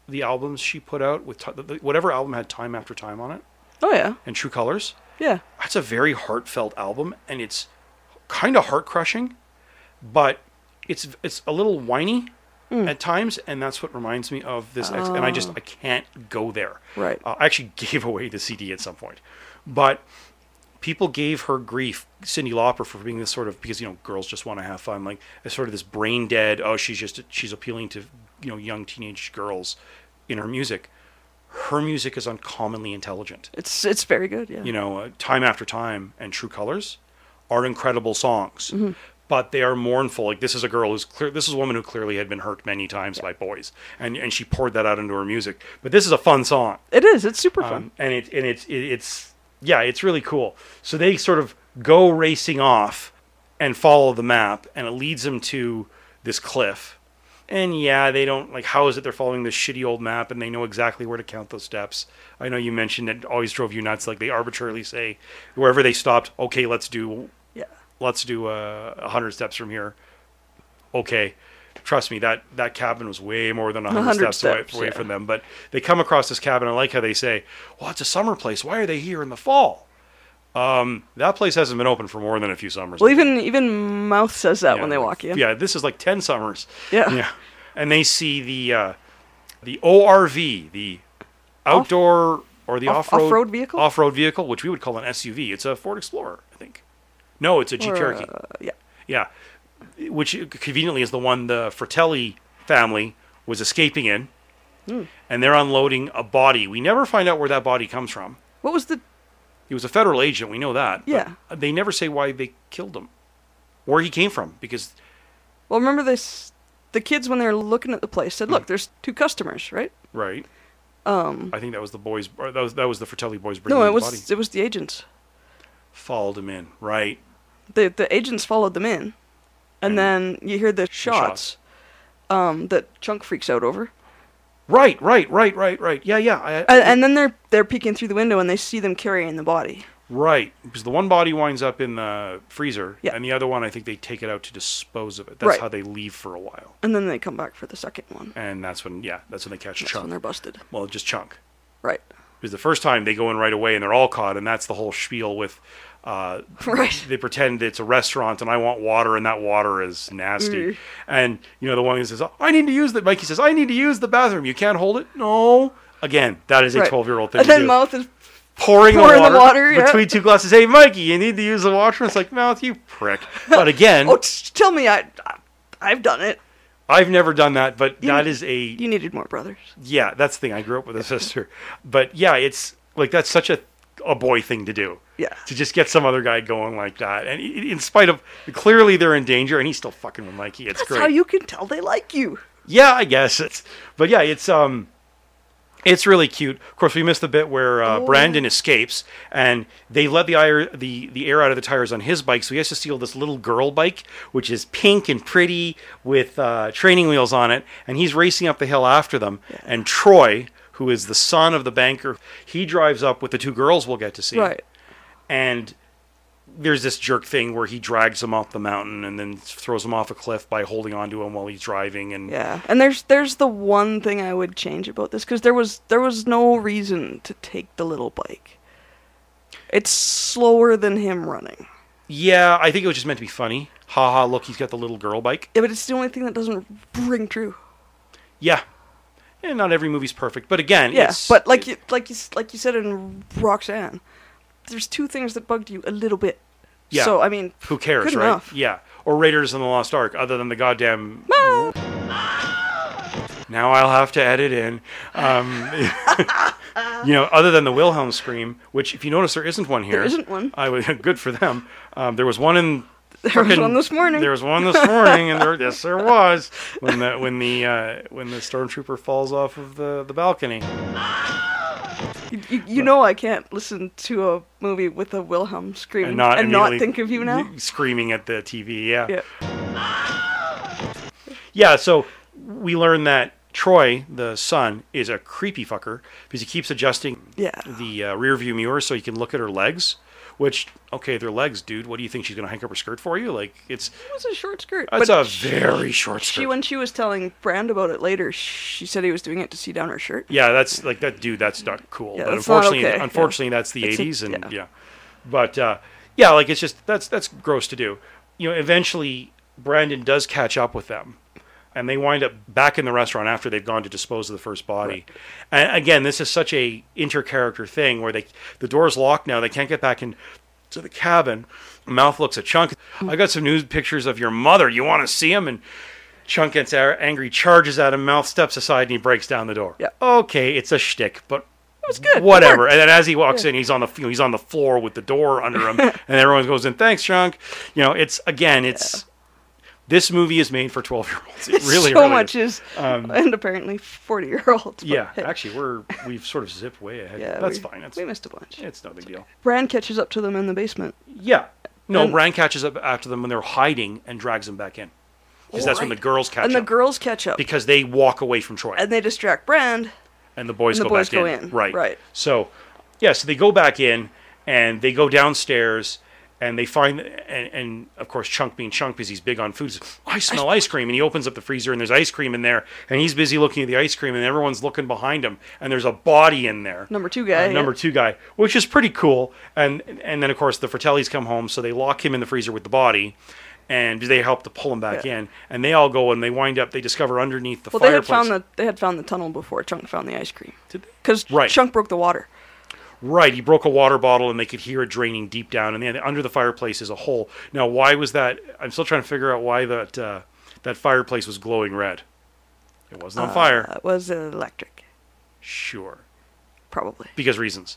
Speaker 1: the albums she put out with ti- the- the- whatever album had time after time on it
Speaker 2: Oh yeah,
Speaker 1: and True Colors?
Speaker 2: yeah.
Speaker 1: that's a very heartfelt album and it's kind of heart crushing but it's it's a little whiny at times and that's what reminds me of this ex- and i just i can't go there
Speaker 2: Right.
Speaker 1: uh, i actually <laughs> gave away the cd at some point but people gave her grief cindy lauper for being this sort of because you know girls just want to have fun like as sort of this brain dead oh she's just she's appealing to you know young teenage girls in her music her music is uncommonly intelligent
Speaker 2: It's it's very good. Yeah.
Speaker 1: you know, uh, Time After Time and True Colors are incredible songs, but they are mournful. Like this is a girl who's clear. This is a woman who clearly had been hurt many times by boys, and and she poured that out into her music. But this is a fun song,
Speaker 2: It is. It's super fun.
Speaker 1: um, and it and it's it, it's yeah, it's really cool. So they sort of go racing off and follow the map, and it leads them to this cliff. And yeah, they don't like. How is it they're following this shitty old map and they know exactly where to count those steps? I know you mentioned it always drove you nuts. Like they arbitrarily say, wherever they stopped, okay, let's do
Speaker 2: yeah.
Speaker 1: let's do a uh, hundred steps from here. Okay, trust me, that that cabin was way more than hundred
Speaker 2: 100
Speaker 1: steps, away-
Speaker 2: steps,
Speaker 1: away,
Speaker 2: yeah.
Speaker 1: from them. But they come across this cabin. I like how they say, "Well, it's a summer place. Why are they here in the fall?" Um, that place hasn't been open for more than a few summers.
Speaker 2: Well, even even Mouth says that when they walk in.
Speaker 1: Yeah, this is like ten summers.
Speaker 2: Yeah.
Speaker 1: yeah. And they see the uh, the ORV, the outdoor or the off,
Speaker 2: off-
Speaker 1: road
Speaker 2: off-road vehicle?
Speaker 1: off road vehicle, which we would call an SUV. It's a Ford Explorer, I think. No, it's a Jeep
Speaker 2: Or,
Speaker 1: Cherokee.
Speaker 2: uh, yeah.
Speaker 1: Yeah, which conveniently is the one the Fratelli family was escaping in,
Speaker 2: Hmm.
Speaker 1: and they're unloading a body. We never find out where that body comes from.
Speaker 2: What was the?
Speaker 1: He was a federal agent. We know that. but
Speaker 2: Yeah.
Speaker 1: they never say why they killed him, where he came from, because
Speaker 2: Well, remember this? The kids when they were looking at the place said,
Speaker 1: Hmm.
Speaker 2: "Look, there's two customers, right?"
Speaker 1: right.
Speaker 2: Um.
Speaker 1: I think that was the boys. Or that was that was the Fratelli boys bringing
Speaker 2: No,
Speaker 1: the
Speaker 2: it was
Speaker 1: body.
Speaker 2: it was the agents.
Speaker 1: Followed him in. Right.
Speaker 2: the the agents followed them in,
Speaker 1: And-
Speaker 2: and then you hear the
Speaker 1: Hmm. shots.
Speaker 2: shots, um, that Chunk freaks out over,
Speaker 1: Right. Right. Right. Right. Right. Yeah. Yeah. I,
Speaker 2: and, and then they're they're peeking through the window and they see them carrying the body.
Speaker 1: Right, because the one body winds up in the freezer,
Speaker 2: Yeah.
Speaker 1: and the other one, I think they take it out to dispose of it. That's
Speaker 2: Right.
Speaker 1: how they leave for a while,
Speaker 2: And then they come back for the second one.
Speaker 1: and that's when, yeah, that's when they catch
Speaker 2: That's when
Speaker 1: Chunk.
Speaker 2: they're busted.
Speaker 1: Well, just Chunk,
Speaker 2: Right.
Speaker 1: because the first time they go in right away, and they're all caught, and that's the whole spiel with. Uh,
Speaker 2: <laughs> Right.
Speaker 1: They pretend it's a restaurant, and I want water, and that water is nasty.
Speaker 2: Mm.
Speaker 1: And you know the one who says, "I need to use the," Mikey says, "I need to use the bathroom. You can't hold it." No. Again, that is a
Speaker 2: right.
Speaker 1: twelve-year-old thing.
Speaker 2: And
Speaker 1: to
Speaker 2: then
Speaker 1: do.
Speaker 2: Mouth is
Speaker 1: pouring,
Speaker 2: Pouring
Speaker 1: the
Speaker 2: the
Speaker 1: water,
Speaker 2: water, yeah.
Speaker 1: between two glasses. Hey, Mikey, you need to use the washroom. It's like, mouth, you prick. But
Speaker 2: <laughs>
Speaker 1: again,
Speaker 2: oh, t- tell me I, I I've done it.
Speaker 1: I've never done that, but that is a
Speaker 2: You needed more brothers.
Speaker 1: yeah. That's the thing. I grew up with a sister, but yeah, it's like that's such a a boy thing to do.
Speaker 2: Yeah.
Speaker 1: to just get some other guy going like that, and i- in spite of clearly they're in danger, and he's still fucking with Mikey. It's
Speaker 2: That's
Speaker 1: great.
Speaker 2: how you can tell they like you.
Speaker 1: yeah, I guess it's. But yeah, it's um. It's really cute. Of course, we missed the bit where uh, Brandon escapes, and they let the air the, the air out of the tires on his bike, so he has to steal this little girl bike, which is pink and pretty with uh, training wheels on it, and he's racing up the hill after them. And Troy, who is the son of the banker, he drives up with the two girls we'll get to see,
Speaker 2: Right.
Speaker 1: and there's this jerk thing where he drags them off the mountain and then throws them off a cliff by holding onto him while he's driving, and
Speaker 2: Yeah, and there's there's the one thing I would change about this because there was there was no reason to take the little bike. It's slower than him running.
Speaker 1: Yeah, I think it was just meant to be funny. Ha ha! Look, he's got the little girl bike.
Speaker 2: Yeah, but it's the only thing that doesn't ring true.
Speaker 1: Yeah, and not every movie's perfect, but again,
Speaker 2: Yeah,
Speaker 1: it's-
Speaker 2: but like you like you s- like you said in Roxanne, there's two things that bugged you a little bit.
Speaker 1: Yeah.
Speaker 2: So I mean,
Speaker 1: who cares,
Speaker 2: good
Speaker 1: right?
Speaker 2: enough.
Speaker 1: Yeah, or Raiders in the Lost Ark, other than the goddamn. Now I'll have to edit in, um, <laughs> you know, other than the Wilhelm scream, which, if you notice, there isn't one here.
Speaker 2: There isn't one.
Speaker 1: I was <laughs> good for them. Um, there was one in.
Speaker 2: <laughs> There was
Speaker 1: frickin-
Speaker 2: one this morning.
Speaker 1: There was one this morning,
Speaker 2: <laughs>
Speaker 1: and there yes, there was when the when the uh, when the stormtrooper falls off of the the balcony.
Speaker 2: You, you, you know I can't listen to a movie with a Wilhelm scream
Speaker 1: and not immediately
Speaker 2: think of you now.
Speaker 1: screaming at the TV. Yeah.
Speaker 2: Yeah.
Speaker 1: yeah, So we learn that Troy, the son, is a creepy fucker because he keeps adjusting
Speaker 2: Yeah.
Speaker 1: the uh, rear view mirror so he can look at her legs. Which okay, their legs, dude. What do you think she's gonna hike up her skirt for you? Like it's
Speaker 2: It was a short skirt.
Speaker 1: it's
Speaker 2: but
Speaker 1: a very short skirt.
Speaker 2: She, when she was telling Brand about it later, she said he was doing it to see down her shirt.
Speaker 1: yeah, that's like that dude. That's not cool.
Speaker 2: Yeah,
Speaker 1: but
Speaker 2: that's not
Speaker 1: unfortunately,
Speaker 2: okay, yeah.
Speaker 1: unfortunately, that's the
Speaker 2: It's a-
Speaker 1: '80s, and
Speaker 2: yeah.
Speaker 1: yeah. But uh, yeah, like it's just that's that's gross to do. You know, eventually Brandon does catch up with them, and they wind up back in the restaurant after they've gone to dispose of the first body. And again, this is such a inter-character thing where they the door's locked now; they can't get back in to the cabin. Mouth looks at Chunk. I got some news pictures of your mother. You want to see him? And Chunk gets a- angry, charges at him. Mouth steps aside and he breaks down the door.
Speaker 2: Yeah.
Speaker 1: Okay, it's a shtick, but it was
Speaker 2: good. It
Speaker 1: Whatever.
Speaker 2: worked.
Speaker 1: And then as he walks in, he's on the you know, he's on the floor with the door under
Speaker 2: <laughs>
Speaker 1: him, and everyone goes in. Thanks, Chunk. You know, it's again, it's this movie is made for twelve year
Speaker 2: <laughs>
Speaker 1: olds. It really,
Speaker 2: so
Speaker 1: really
Speaker 2: much
Speaker 1: is.
Speaker 2: is, and apparently forty year olds. but <laughs>
Speaker 1: Yeah,
Speaker 2: hey,
Speaker 1: actually, we're we've sort of zipped way ahead.
Speaker 2: yeah,
Speaker 1: that's
Speaker 2: we-
Speaker 1: fine. That's
Speaker 2: we missed a bunch.
Speaker 1: it's no big deal.
Speaker 2: Brand catches up to them in the basement.
Speaker 1: Yeah. No,
Speaker 2: And-
Speaker 1: Bran catches up after them when they're hiding and drags them back in, because that's when the
Speaker 2: Alright.
Speaker 1: girls catch
Speaker 2: and the
Speaker 1: up.
Speaker 2: girls catch up,
Speaker 1: because they walk away from Troy.
Speaker 2: and they distract Brand.
Speaker 1: and the boys
Speaker 2: And the
Speaker 1: go
Speaker 2: boys
Speaker 1: back
Speaker 2: go
Speaker 1: in.
Speaker 2: in,
Speaker 1: Right.
Speaker 2: right.
Speaker 1: So, yeah, so they go back in and they go downstairs and they find and, and of course Chunk being Chunk because he's big on food. says, "Oh, I smell ice cream and he opens up the freezer and there's ice cream in there and he's busy looking at the ice cream and everyone's looking behind him and there's a body in there.
Speaker 2: Number two guy,
Speaker 1: Uh, number
Speaker 2: yeah.
Speaker 1: two guy, which is pretty cool. And and then of course the Fratellis come home so they lock him in the freezer with the body. And they help to pull him back
Speaker 2: Yeah.
Speaker 1: in, and they all go and they wind up. They discover underneath the
Speaker 2: Well, they had
Speaker 1: fireplace.
Speaker 2: found the they had found the tunnel before Chunk found the ice cream
Speaker 1: Did they?
Speaker 2: because
Speaker 1: Right.
Speaker 2: Chunk broke the water.
Speaker 1: Right, he broke a water bottle and they could hear it draining deep down, and then under the fireplace is a hole. Now, why was that? I'm still trying to figure out why that uh, that fireplace was glowing red. It wasn't
Speaker 2: Uh.
Speaker 1: on fire,
Speaker 2: That was electric,
Speaker 1: sure,
Speaker 2: probably
Speaker 1: because reasons.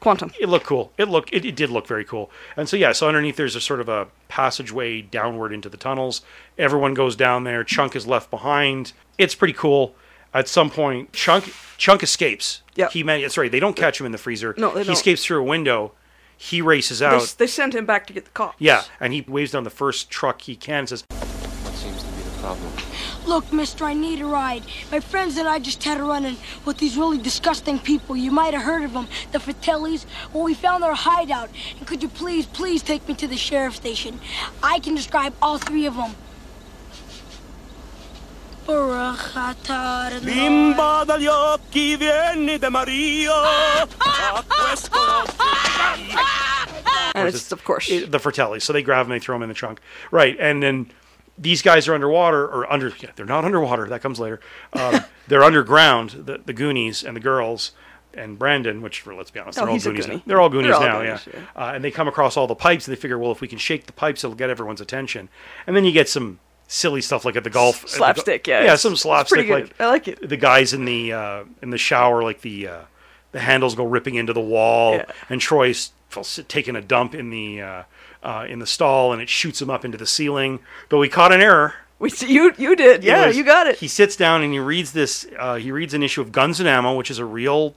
Speaker 2: quantum.
Speaker 1: It looked cool. It looked it, it did look very cool, and so yeah. So underneath there's a sort of a passageway downward into the tunnels. Everyone goes down there. Chunk is left behind. It's pretty cool. At some point, Chunk Chunk escapes.
Speaker 2: Yeah.
Speaker 1: he man. Sorry, they don't catch him in the freezer.
Speaker 2: No, they
Speaker 1: he
Speaker 2: don't.
Speaker 1: escapes through a window. He races
Speaker 2: They,
Speaker 1: out.
Speaker 2: s- they sent him back to get the cops.
Speaker 1: Yeah, and he waves down the first truck he can and says,
Speaker 5: seems to be the problem.
Speaker 6: Look, mister, I need a ride. My friends and I just had a run in with these really disgusting people. You might have heard of them, the Fratellis. Well, we found their hideout. And could you please, please take me to the sheriff's station? I can describe all three of them.
Speaker 7: Bimba dagli occhi vieni da Maria, a questo
Speaker 2: and it's of course
Speaker 1: it- the Fratelli. So they grab him, they throw him in the trunk. Right, and then these guys are underwater, or under, yeah, they're not underwater, that comes later. Um,
Speaker 2: <laughs>
Speaker 1: they're underground, the, the Goonies and the girls and Brandon, which, well, let's be honest,
Speaker 2: Oh,
Speaker 1: they're all
Speaker 2: he's a
Speaker 1: Goonies
Speaker 2: Goonie.
Speaker 1: now. They're all
Speaker 2: They're
Speaker 1: Goonies
Speaker 2: all
Speaker 1: now,
Speaker 2: Goonies,
Speaker 1: yeah. Uh, and they come across all the pipes, and they figure, well, if we can shake the pipes, it'll get everyone's attention. And then you get some silly stuff like at the golf at the go-
Speaker 2: slapstick. Yeah,
Speaker 1: yeah,
Speaker 2: it's-
Speaker 1: some
Speaker 2: it's
Speaker 1: slapstick
Speaker 2: pretty good.
Speaker 1: like
Speaker 2: I like it.
Speaker 1: the guys in the uh, in the shower, like the uh, the handles go ripping into the wall,
Speaker 2: Yeah.
Speaker 1: and Troy's well, sit- taking a dump in the uh, uh, in the stall, and it shoots him up into the ceiling. But we caught an error.
Speaker 2: We see, you you did.
Speaker 1: It
Speaker 2: Yeah,
Speaker 1: was-
Speaker 2: you got it.
Speaker 1: He sits down and he reads this. Uh, he reads an issue of Guns and Ammo, which is a real,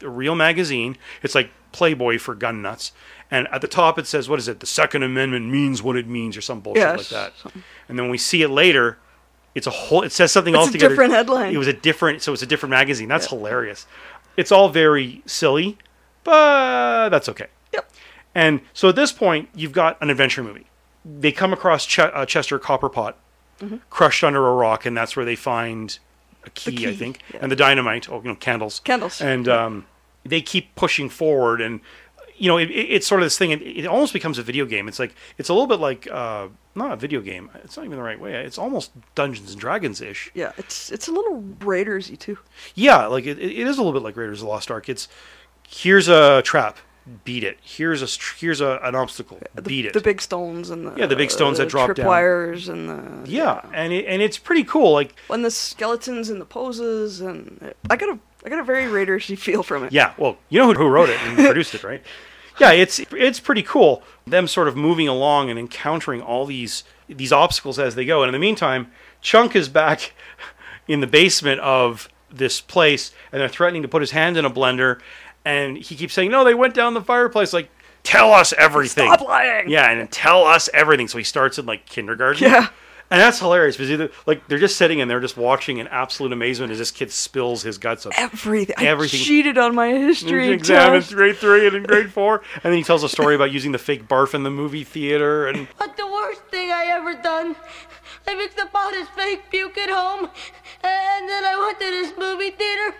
Speaker 1: a real magazine. It's like Playboy for gun nuts. And at the top it says, "What is it? The Second Amendment means what it means," or some bullshit
Speaker 2: Yes,
Speaker 1: like that.
Speaker 2: something.
Speaker 1: And then we see it later. It's a whole. It says something
Speaker 2: It's a
Speaker 1: altogether
Speaker 2: different headline.
Speaker 1: It was a different. So it's a different magazine. That's hilarious. It's all very silly, but that's okay.
Speaker 2: Yep.
Speaker 1: And so at this point, you've got an adventure movie. They come across Ch- uh, Chester Copperpot
Speaker 2: Mm-hmm.
Speaker 1: crushed under a rock, and that's where they find a key, I
Speaker 2: key,
Speaker 1: think,
Speaker 2: yeah.
Speaker 1: and the dynamite. Oh, you know, candles.
Speaker 2: Candles,
Speaker 1: And um, they keep pushing forward, and you know, it, it- it's sort of this thing. It, it almost becomes a video game. It's like it's a little bit like uh, not a video game. It's not even the right way. It's almost Dungeons and Dragons ish.
Speaker 2: Yeah, it's it's a little Raidersy too.
Speaker 1: Yeah, like it, it is a little bit like Raiders of the Lost Ark. It's here's a trap, beat it. Here's a str- here's a, an obstacle,
Speaker 2: The,
Speaker 1: beat it.
Speaker 2: The big stones and the
Speaker 1: Yeah, the big stones that drop down.
Speaker 2: wires and the
Speaker 1: yeah, and it, and it's pretty cool. Like
Speaker 2: and the skeletons and the poses and I got a I got a very Raidersy feel from it.
Speaker 1: yeah, well, you know who, who wrote it and produced it, right? <laughs> Yeah, it's it's pretty cool. Them sort of moving along and encountering all these these obstacles as they go. And in the meantime, Chunk is back <laughs> in the basement of this place, and they're threatening to put his hand in a blender. And he keeps saying, "No, they went down the fireplace." Like, tell us everything.
Speaker 2: Stop lying!
Speaker 1: Yeah, and then tell us everything. So he starts in like kindergarten.
Speaker 2: Yeah.
Speaker 1: And that's hilarious because either like they're just sitting and they're just watching in absolute amazement as this kid spills his guts out.
Speaker 2: Everything.
Speaker 1: Everything.
Speaker 2: I cheated on my history
Speaker 1: There's an exam in
Speaker 2: test.
Speaker 1: grade three
Speaker 2: <laughs>
Speaker 1: and in grade four. And then he tells a story about using the fake barf in the movie theater. And
Speaker 8: But the worst thing I ever done, I mixed up all this fake puke at home, and then I went to this movie theater,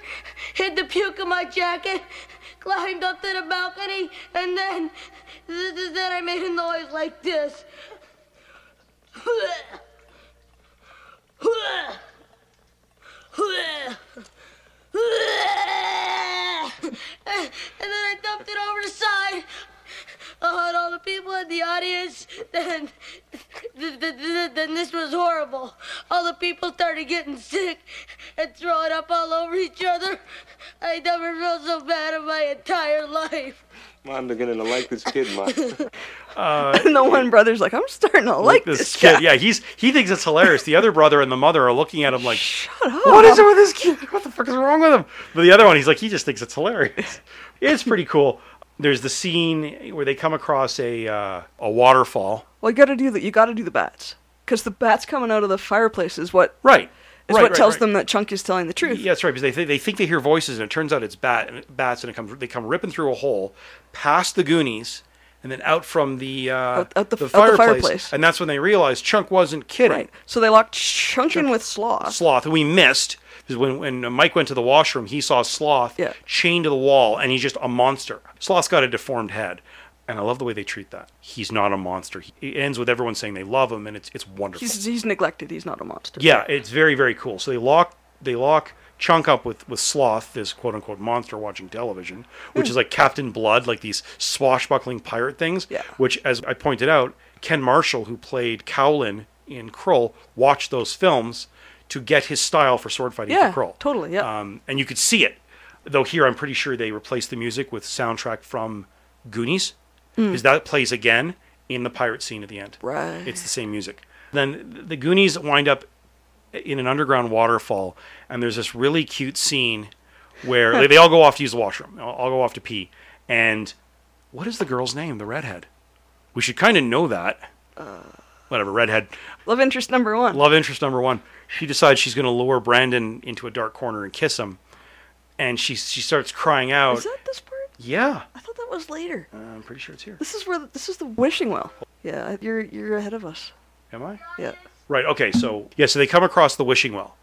Speaker 8: hid the puke in my jacket, climbed up to the balcony, and then, th- th- then I made a noise like this. And then I dumped it over the side. Oh, and all the people in the audience. Then, th- th- th- then this was horrible. All the people started getting sick and throwing up all over each other. I never felt so bad in my entire life.
Speaker 5: Mom, they're gonna like this kid, Mom.
Speaker 2: <laughs> and the one brother's like, I'm starting to like,
Speaker 1: this,
Speaker 2: this,
Speaker 1: kid,
Speaker 2: guy.
Speaker 1: yeah, he's he thinks it's hilarious. The other brother and the mother are looking at him like,
Speaker 2: Shut up.
Speaker 1: "What is it with this kid? What the fuck is wrong with him?" But the other one, he's like, he just thinks it's
Speaker 2: <laughs>
Speaker 1: hilarious. It's pretty cool. There's the scene where they come across a uh, a waterfall.
Speaker 2: Well, you got to do that. You got to do the bats because the bats coming out of the fireplace is what
Speaker 1: Right.
Speaker 2: is
Speaker 1: right,
Speaker 2: what
Speaker 1: right,
Speaker 2: tells
Speaker 1: right.
Speaker 2: them that Chunk is telling the truth.
Speaker 1: Yeah, that's right. Because they think they think they hear voices, and it turns out it's bat and bats, and it comes they come ripping through a hole, past the Goonies, and then out from the uh,
Speaker 2: Out- out the- out the fireplace.
Speaker 1: and that's when they realize Chunk wasn't kidding.
Speaker 2: Right. So they locked Chunk in with Sloth.
Speaker 1: Sloth, who we missed because when when Mike went to the washroom, he saw Sloth
Speaker 2: Yeah.
Speaker 1: chained to the wall, and he's just a monster. Sloth's got a deformed head. And I love the way they treat that. He's not a monster. He, it ends with everyone saying they love him, and it's it's wonderful.
Speaker 2: he's he's neglected. He's not a monster.
Speaker 1: Yeah, it's very very cool. So they lock they lock Chunk up with with Sloth, this quote unquote monster watching television,
Speaker 2: Hmm.
Speaker 1: which is like Captain Blood, like these swashbuckling pirate things.
Speaker 2: Yeah.
Speaker 1: Which, as I pointed out, Ken Marshall, who played Cowlin in Krull, watched those films to get his style for sword fighting
Speaker 2: Yeah,
Speaker 1: for Krull.
Speaker 2: totally, yeah.
Speaker 1: Um, and you could see it. Though here, I'm pretty sure they replaced the music with soundtrack from Goonies, because that plays again in the pirate scene at the end.
Speaker 2: Hmm. Right.
Speaker 1: It's the same music. Then the Goonies wind up in an underground waterfall, and there's this really cute scene where they, they all go off to use the washroom. All, all go off to pee. And what is the girl's name? The redhead. We should kind of know that. Whatever, redhead.
Speaker 2: Love interest number one.
Speaker 1: Love interest number one. She decides she's going to lure Brandon into a dark corner and kiss him. And she she starts crying out.
Speaker 2: Is that this part?
Speaker 1: yeah, Uh,
Speaker 2: I thought that was later.
Speaker 1: I'm pretty sure it's here.
Speaker 2: This is where this is the wishing well. Yeah, you're you're ahead of us.
Speaker 1: Am I?
Speaker 2: Yeah.
Speaker 1: Right. Okay. So yeah. So they come across the wishing well,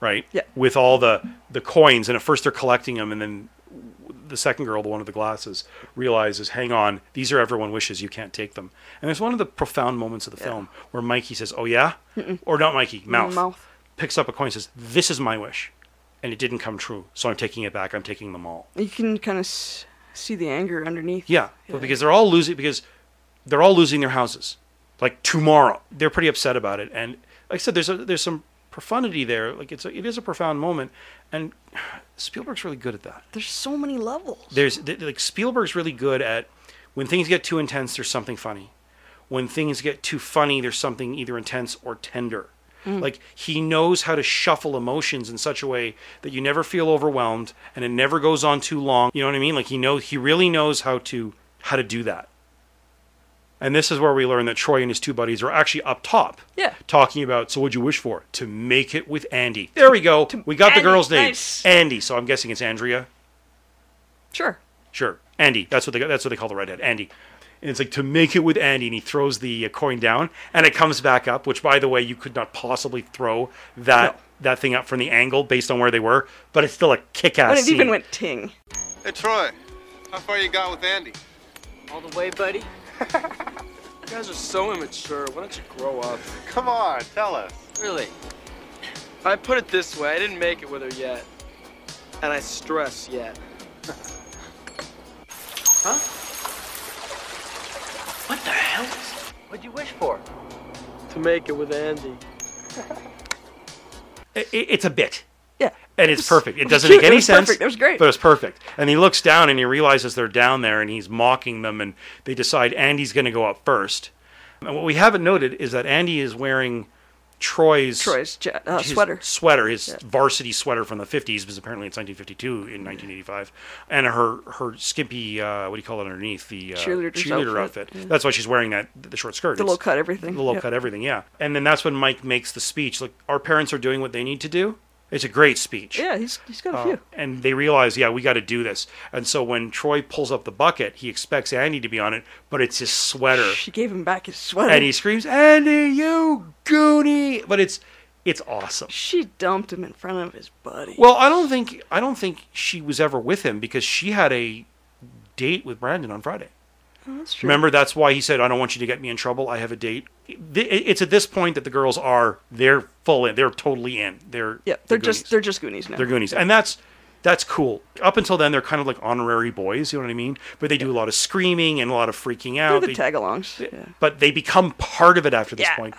Speaker 1: right?
Speaker 2: Yeah.
Speaker 1: With all the the coins, and at first they're collecting them, and then the second girl, the one with the glasses, realizes, "Hang on, these are everyone wishes. You can't take them." And there's one of the profound moments of the film where Mikey says, "Oh yeah," or not Mikey, mouth,
Speaker 2: Mouth.
Speaker 1: picks up a coin, and says, "This is my wish," and it didn't come true, so I'm taking it back. I'm taking them all.
Speaker 2: You can kind of s- see the anger underneath.
Speaker 1: Yeah, but because they're all losing because they're all losing their houses like tomorrow. They're pretty upset about it, and like I said, there's a, there's some profundity there. Like it's a, it is a profound moment, and <sighs> Spielberg's really good at that.
Speaker 2: There's so many levels.
Speaker 1: There's th- like Spielberg's really good at when things get too intense. There's something funny. when things get too funny, there's something either intense or tender.
Speaker 2: Mm.
Speaker 1: Like he knows how to shuffle emotions in such a way that you never feel overwhelmed and it never goes on too long. You know what I mean? Like he knows he really knows how to how to do that. And this is where we learn that Troy and his two buddies are actually up top.
Speaker 2: Yeah.
Speaker 1: Talking about, so what'd you wish for? To make it with Andy. There we go. We got
Speaker 2: Andy,
Speaker 1: the girl's name.
Speaker 2: nice.
Speaker 1: Andy. So I'm guessing it's Andrea.
Speaker 2: Sure.
Speaker 1: Sure, Andy. That's what they that's what they call the redhead, Andy. And it's like to make it with Andy, and he throws the uh, coin down, and it comes back up. Which, by the way, you could not possibly throw that
Speaker 2: No.
Speaker 1: that thing up from the angle based on where they were, but it's still a kick-ass.
Speaker 2: And it
Speaker 1: scene.
Speaker 2: even went ting.
Speaker 9: Hey, Troy, how far you got with Andy?
Speaker 10: All the way,
Speaker 9: <laughs>
Speaker 10: buddy. you guys are so immature. Why don't you grow up?
Speaker 9: Come on, tell us.
Speaker 10: Really? I put it this way I didn't make it with her yet. And I stress yet. <laughs> huh? What the hell? What'd you wish for? To make it with Andy.
Speaker 1: I- I- it's a bit,
Speaker 2: Yeah.
Speaker 1: and it's perfect.
Speaker 2: <laughs>
Speaker 1: It
Speaker 2: was
Speaker 1: doesn't
Speaker 2: cute.
Speaker 1: make any
Speaker 2: It was
Speaker 1: sense.
Speaker 2: perfect. It was great.
Speaker 1: but it's perfect. And he looks down and he realizes they're down there, and he's mocking them. And they decide Andy's going to go up first. And what we haven't noted is that Andy is wearing Troy's
Speaker 2: Troy's ja- uh,
Speaker 1: his
Speaker 2: sweater.
Speaker 1: sweater, his varsity sweater from the 50s, because apparently it's 1952
Speaker 2: Mm-hmm.
Speaker 1: in 1985, and her her skimpy uh, what do you call it underneath the uh,
Speaker 2: Cheerleader's
Speaker 1: cheerleader
Speaker 2: outfit,
Speaker 1: outfit. That's why she's wearing that the short skirt,
Speaker 2: Mm-hmm. The
Speaker 1: It's-
Speaker 2: low cut, everything.
Speaker 1: the low
Speaker 2: Yep.
Speaker 1: cut everything. Yeah, and then that's when Mike makes the speech. Like our parents are doing what they need to do. It's a great speech.
Speaker 2: Yeah, he's, he's got a
Speaker 1: Uh,
Speaker 2: few.
Speaker 1: and they realize, yeah, we got to do this. And so when Troy pulls up the bucket, he expects Andy to be on it, but it's his sweater,
Speaker 2: She gave him back his sweater.
Speaker 1: and he screams, "Andy, you goonie!" But it's it's awesome.
Speaker 2: she dumped him in front of his buddy.
Speaker 1: Well, I don't think I don't think she was ever with him because she had a date with Brandon on Friday.
Speaker 2: that's true.
Speaker 1: Remember, that's why he said, "I don't want you to get me in trouble. I have a date." Th- It's at this point that the girls are they're full in, they're totally in. They're
Speaker 2: Yeah, they're,
Speaker 1: Goonies.
Speaker 2: just they're just Goonies now.
Speaker 1: they're Goonies, and that's that's cool. Up until then, they're kind of like honorary boys. You know what I mean? But they do a lot of screaming and a lot of freaking
Speaker 2: They're
Speaker 1: out.
Speaker 2: the
Speaker 1: They-
Speaker 2: tag-alongs. yeah.
Speaker 1: but they become part of it after this
Speaker 2: Yeah.
Speaker 1: point,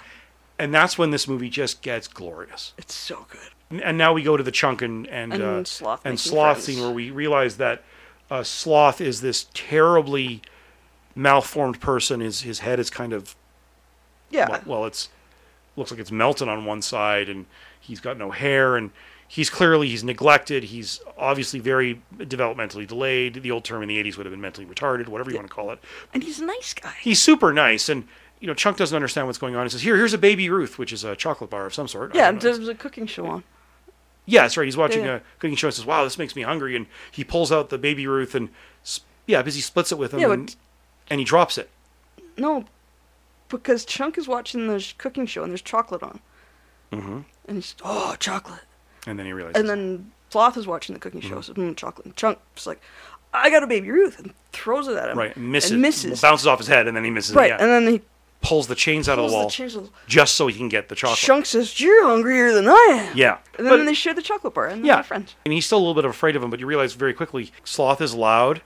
Speaker 1: and that's when this movie just gets glorious.
Speaker 2: It's so good.
Speaker 1: and now we go to the chunk and and,
Speaker 2: And
Speaker 1: uh,
Speaker 2: Sloth
Speaker 1: and
Speaker 2: making
Speaker 1: sloth
Speaker 2: friends.
Speaker 1: scene where we realize that uh, sloth is this terribly malformed person. His his head is kind
Speaker 2: <coughs>
Speaker 1: of
Speaker 2: Yeah.
Speaker 1: well, well, it's looks like it's melted on one side, and he's got no hair, and he's clearly he's neglected. He's obviously very developmentally delayed. The old term in the '80s would have been mentally retarded, whatever you want to call it
Speaker 2: and he's a nice guy.
Speaker 1: he's super nice and you know chunk doesn't understand what's going on he says here here's a baby ruth which is a chocolate bar of some sort I
Speaker 2: yeah,
Speaker 1: don't know.
Speaker 2: there's a cooking show on.
Speaker 1: yeah that's right he's watching
Speaker 2: yeah.
Speaker 1: a cooking show and says wow this makes me hungry and he pulls out the baby ruth and s- yeah because he splits it with him
Speaker 2: Yeah, but-
Speaker 1: and, and he drops it
Speaker 2: No, because Chunk is watching the sh- cooking show and there's chocolate on. Mm-hmm. And he's oh chocolate.
Speaker 1: and then he realizes
Speaker 2: And then Sloth is watching the cooking show,
Speaker 1: Mm-hmm.
Speaker 2: so mm, chocolate. And Chunk's like, I got a baby Ruth, and throws it at him.
Speaker 1: right misses,
Speaker 2: And misses.
Speaker 1: bounces off his head and then he misses
Speaker 2: right,
Speaker 1: it, yeah.
Speaker 2: and then he
Speaker 1: pulls the chains out of
Speaker 2: pulls
Speaker 1: the
Speaker 2: the
Speaker 1: wall
Speaker 2: chains. of-
Speaker 1: just so he can get the chocolate
Speaker 2: Chunk says, "You're hungrier than I am."
Speaker 1: yeah
Speaker 2: And
Speaker 1: But-
Speaker 2: then they share the chocolate bar, and
Speaker 1: yeah.
Speaker 2: they're friends.
Speaker 1: And he's still a little bit afraid of him, but you realize very quickly Sloth is loud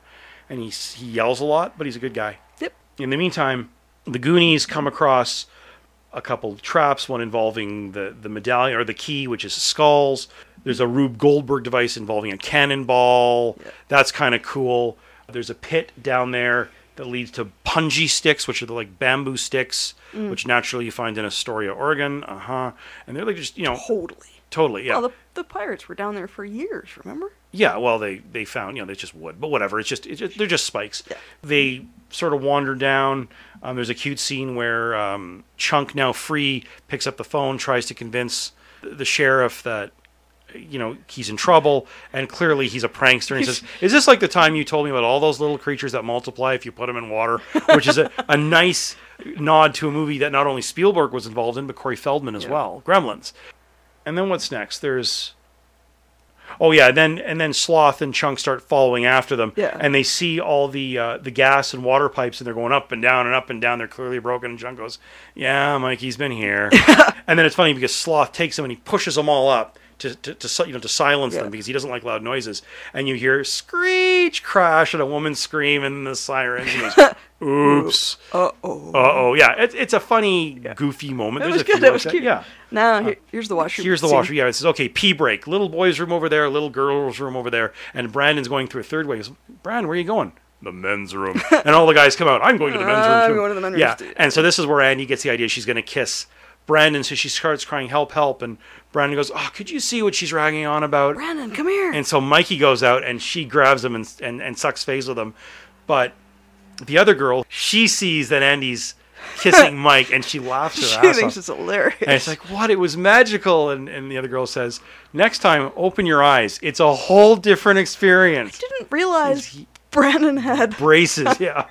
Speaker 1: and he, s- he yells a lot, but he's a good guy.
Speaker 2: Yep.
Speaker 1: In the meantime, the Goonies come across a couple traps, one involving the, the medallion or the key, which is skulls. There's a Rube Goldberg device involving a cannonball. That's kind of cool. There's a pit down there that leads to punji sticks, which are the like bamboo sticks,
Speaker 2: Mm.
Speaker 1: which naturally you find in Astoria, Oregon. Uh huh. And they're like just, you know,
Speaker 2: Totally.
Speaker 1: totally. Yeah.
Speaker 2: Oh, the, the pirates were down there for years. Remember?
Speaker 1: Yeah, well, they they found you know it's just wood, but whatever. It's just, it's just they're just spikes. They sort of wander down. Um, there's a cute scene where um, Chunk, now free, picks up the phone, tries to convince th- the sheriff that you know he's in trouble, and clearly he's a prankster. And he says, "Is this like the time you told me about all those little creatures that multiply if you put them in water?" Which is a, a nice nod to a movie that not only Spielberg was involved in, but Corey Feldman as well, Gremlins. And then what's next? There's Oh yeah, then and then Sloth and Chunk start following after them.
Speaker 2: Yeah.
Speaker 1: And they see all the uh, the gas and water pipes, and they're going up and down and up and down. They're clearly broken. And Chunk goes, "Yeah, Mikey's been here." and then it's funny because Sloth takes them and he pushes them all up to to, to si- you know to silence
Speaker 2: Yeah.
Speaker 1: them because he doesn't like loud noises. And you hear screech, crash, and a woman scream, and the sirens. And he
Speaker 2: <laughs>
Speaker 1: goes, Oops.
Speaker 2: Uh oh.
Speaker 1: Uh oh. Yeah. It's it's a funny, goofy moment.
Speaker 2: It
Speaker 1: There's
Speaker 2: was
Speaker 1: a few
Speaker 2: good. It
Speaker 1: like
Speaker 2: was
Speaker 1: that,
Speaker 2: cute.
Speaker 1: Yeah.
Speaker 2: Now here- here's the washroom.
Speaker 1: Here's the
Speaker 2: scene.
Speaker 1: washer. Yeah, it says, okay, pee break. Little boy's room over there, little girl's room over there. And Brandon's going through a third way. He goes, Brandon, where are you going? the men's
Speaker 2: <laughs>
Speaker 1: room, and all the guys come out. I'm going to the men's room.
Speaker 2: I'm
Speaker 1: too."
Speaker 2: going to the men's room,
Speaker 1: yeah.
Speaker 2: too.
Speaker 1: and so this is where Andy gets the idea she's going to kiss Brandon. So she starts crying, "Help! Help!" And Brandon goes, "Oh, could you see what she's ragging on about?"
Speaker 2: Brandon, come here.
Speaker 1: And so Mikey goes out and she grabs him and, and, and sucks face with him. But the other girl, she sees that Andy's
Speaker 2: <laughs>
Speaker 1: kissing Mike and she laughs her
Speaker 2: <laughs> she
Speaker 1: ass
Speaker 2: thinks
Speaker 1: off.
Speaker 2: it's hilarious.
Speaker 1: And it's like, what? It was magical. And, and the other girl says, next time, open your eyes. It's a whole different experience.
Speaker 2: didn't realize Brandon had
Speaker 1: Braces, yeah.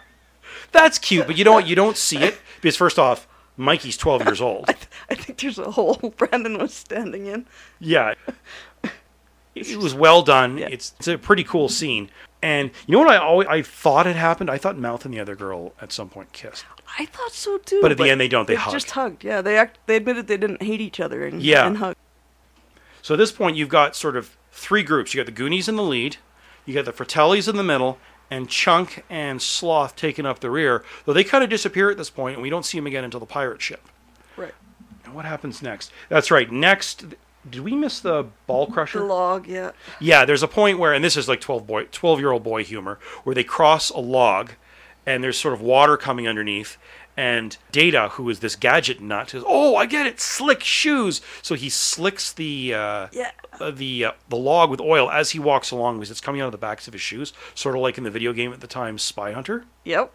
Speaker 1: That's cute, but you know what? You don't see it because, first off, Mikey's 12 years old.
Speaker 2: I think there's a hole <laughs> Brandon was standing in.
Speaker 1: Yeah. It was well done. It's, it's a pretty cool scene. And you know what I always I thought had happened? I thought Mouth and the other girl at some point kissed.
Speaker 2: I thought so too.
Speaker 1: But at the end they don't, they hug.
Speaker 2: just hugged. Yeah, they act. They admitted they didn't hate each other and
Speaker 1: Yeah.
Speaker 2: and hugged.
Speaker 1: So at this point you've got sort of three groups. You got the Goonies in the lead, you got the Fratellis in the middle, and Chunk and Sloth taking up the rear. Though they kind of disappear at this point and we don't see them again until the pirate ship.
Speaker 2: Right.
Speaker 1: And what happens next? That's right. Next did we miss the ball crusher?
Speaker 2: The log. Yeah.
Speaker 1: Yeah, there's a point where, and this is like 12 boy, 12 year old boy humor, where they cross a log, and there's sort of water coming underneath, and Data, who is this gadget nut, says, "Oh, I get it, slick shoes." So he slicks the uh,
Speaker 2: Yeah.
Speaker 1: uh, the uh, the log with oil as he walks along because it's coming out of the backs of his shoes, sort of like in the video game at the time, Spy Hunter.
Speaker 2: Yep.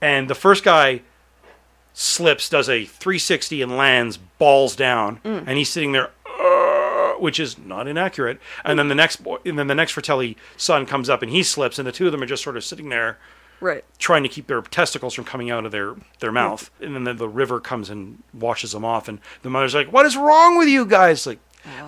Speaker 1: And the first guy slips, does a 360 and lands balls down,
Speaker 2: Mm.
Speaker 1: and he's sitting there, "Uh," which is not inaccurate. And then the next boy, and then the next Fratelli son comes up and he slips, and the two of them are just sort of sitting there,
Speaker 2: Right.
Speaker 1: trying to keep their testicles from coming out of their their mouth.
Speaker 2: Mm.
Speaker 1: And then the, the river comes and washes them off, and the mother's like, "What is wrong with you guys?" Like,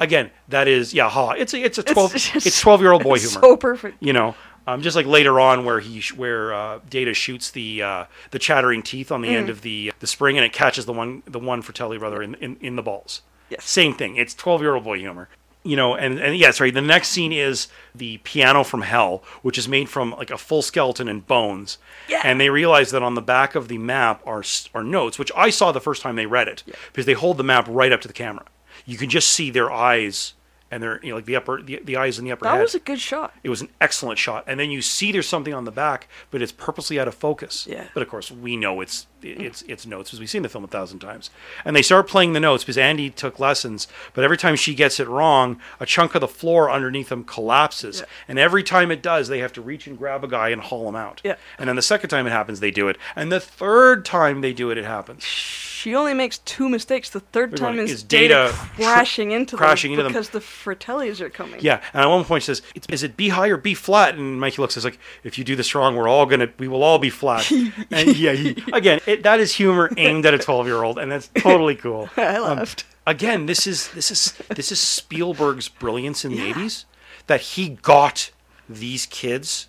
Speaker 1: again, that is yeah, ha. It's a it's a twelve it's,
Speaker 2: Oh. <laughs> just-
Speaker 1: twelve year old boy
Speaker 2: it's
Speaker 1: humor.
Speaker 2: <laughs> so perfect.
Speaker 1: You know, um, just like later on where he sh- where uh, Data shoots the uh, the chattering teeth on the end
Speaker 2: Mm.
Speaker 1: of the the spring and it catches the one the one Fratelli brother in in, in the balls.
Speaker 2: Yes.
Speaker 1: Same thing. It's twelve year old boy humor. You know, and, and yeah, sorry. The next scene is the piano from hell, which is made from like a full skeleton and bones.
Speaker 7: Yeah.
Speaker 1: And they realize that on the back of the map are s- are notes, which I saw the first time they read it, because they hold the map right up to the camera. You can just see their eyes and their you know, like the upper the, the eyes in the upper.
Speaker 2: That
Speaker 1: head.
Speaker 2: was a good shot.
Speaker 1: It was an excellent shot, and then you see there's something on the back, but it's purposely out of focus.
Speaker 2: Yeah.
Speaker 1: But of course, we know it's it's it's notes because we've seen the film a thousand times. And they start playing the notes because Andy took lessons, but every time she gets it wrong, a chunk of the floor underneath them collapses,
Speaker 2: Yeah.
Speaker 1: and every time it does, they have to reach and grab a guy and haul him out.
Speaker 2: Yeah.
Speaker 1: And then the second time it happens, they do it, and the third time they do it, it happens.
Speaker 2: She only makes two mistakes. The third
Speaker 1: Third
Speaker 2: time
Speaker 1: one
Speaker 2: is,
Speaker 1: is
Speaker 2: data,
Speaker 1: Data
Speaker 2: crashing
Speaker 1: tr-
Speaker 2: into
Speaker 1: crashing into
Speaker 2: them
Speaker 1: them.
Speaker 2: because the Fratellis are coming.
Speaker 1: Yeah, and at one point she says, "It's- "Is it B high or B flat?" And Mikey looks is like, "If you do this wrong, we're all gonna, we will all be
Speaker 2: <laughs>
Speaker 1: flat." and yeah, he, again, it, that is humor aimed at a twelve-year-old, and that's totally
Speaker 2: <laughs>
Speaker 1: cool.
Speaker 2: <laughs> I
Speaker 1: Um,
Speaker 2: laughed.
Speaker 1: again, this is this is this is Spielberg's brilliance in the eighties that he got these kids.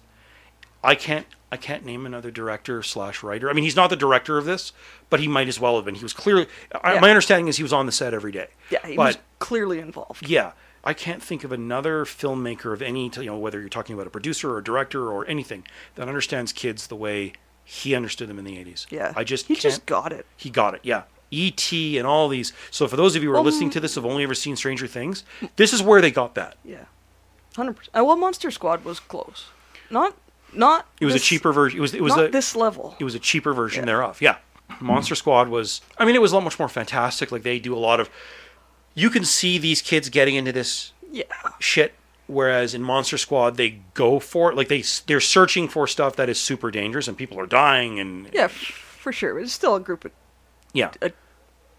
Speaker 1: I can't I can't name another director slash writer. I mean, he's not the director of this, but he might as well have been. He was clearly. I
Speaker 2: Yeah.
Speaker 1: My understanding is he was on the set every day.
Speaker 2: Yeah, he
Speaker 1: but,
Speaker 2: was clearly involved.
Speaker 1: yeah, I can't think of another filmmaker of any, you know, whether you're talking about a producer or a director or anything that understands kids the way he understood them in the 80s.
Speaker 2: Yeah.
Speaker 1: I just
Speaker 2: He
Speaker 1: can't-
Speaker 2: just got it.
Speaker 1: He got it. Yeah. E.T. and all these. So for those of you who are
Speaker 2: Well,
Speaker 1: listening to this have only ever seen Stranger Things, this is where they got that.
Speaker 2: Yeah, hundred percent. Uh, Well, Monster Squad was close. Not, not.
Speaker 1: It was
Speaker 2: this-
Speaker 1: a cheaper version. It was it was
Speaker 2: not
Speaker 1: a,
Speaker 2: this level.
Speaker 1: It was a cheaper version thereof. Yeah. Monster Squad was I mean it was a lot much more fantastic. Like they do a lot of you can see these kids getting into this
Speaker 2: Yeah.
Speaker 1: shit whereas in Monster Squad they go for it. Like they s- they're searching for stuff that is super dangerous and people are dying and
Speaker 2: Yeah, f- for sure. It was still a group of
Speaker 1: yeah.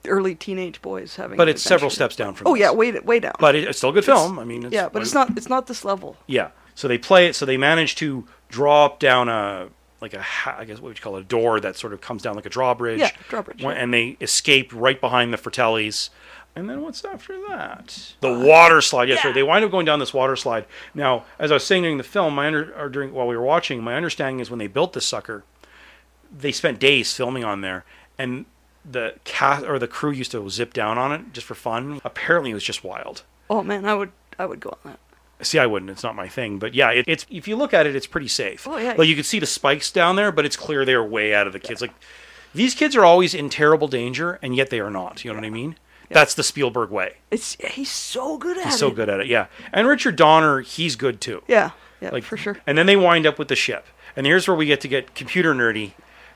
Speaker 2: early teenage boys having.
Speaker 1: But
Speaker 2: an
Speaker 1: it's several
Speaker 2: adventure.
Speaker 1: steps down from
Speaker 2: Oh
Speaker 1: this.
Speaker 2: yeah, way way down.
Speaker 1: But it, it's still a good film. I mean, it's,
Speaker 2: yeah, but it's not it's not this level.
Speaker 1: Yeah. So they play it. So they manage to draw up down a like a ha- I guess what would you call it, a door that sort of comes down like a drawbridge.
Speaker 2: Yeah, drawbridge,
Speaker 1: When-
Speaker 2: yeah.
Speaker 1: And they escape right behind the Fratellis. And then what's after that? The
Speaker 2: Uh,
Speaker 1: water slide. Yes, right. They wind up going down this water slide. Now, as I was saying during the film, my under or during while we were watching, my understanding is when they built this sucker, they spent days filming on there, and the cast or the crew used to zip down on it just for fun. Apparently, it was just wild.
Speaker 2: Oh man, I would I would go on that.
Speaker 1: See, I wouldn't. It's not my thing. But yeah, it, it's if you look at it, it's pretty safe.
Speaker 2: Oh, yeah.
Speaker 1: Like you can see the spikes down there, but it's clear they're way out of the kids. Like these kids are always in terrible danger, and yet they are not. You know what I mean? That's the Spielberg way.
Speaker 2: It's he's so good at
Speaker 1: He's
Speaker 2: it.
Speaker 1: so good at it. Yeah. And Richard Donner, he's good too.
Speaker 2: Yeah, yeah,
Speaker 1: Like-
Speaker 2: for sure.
Speaker 1: And then they wind up with the ship. And here's where we get to get computer nerdy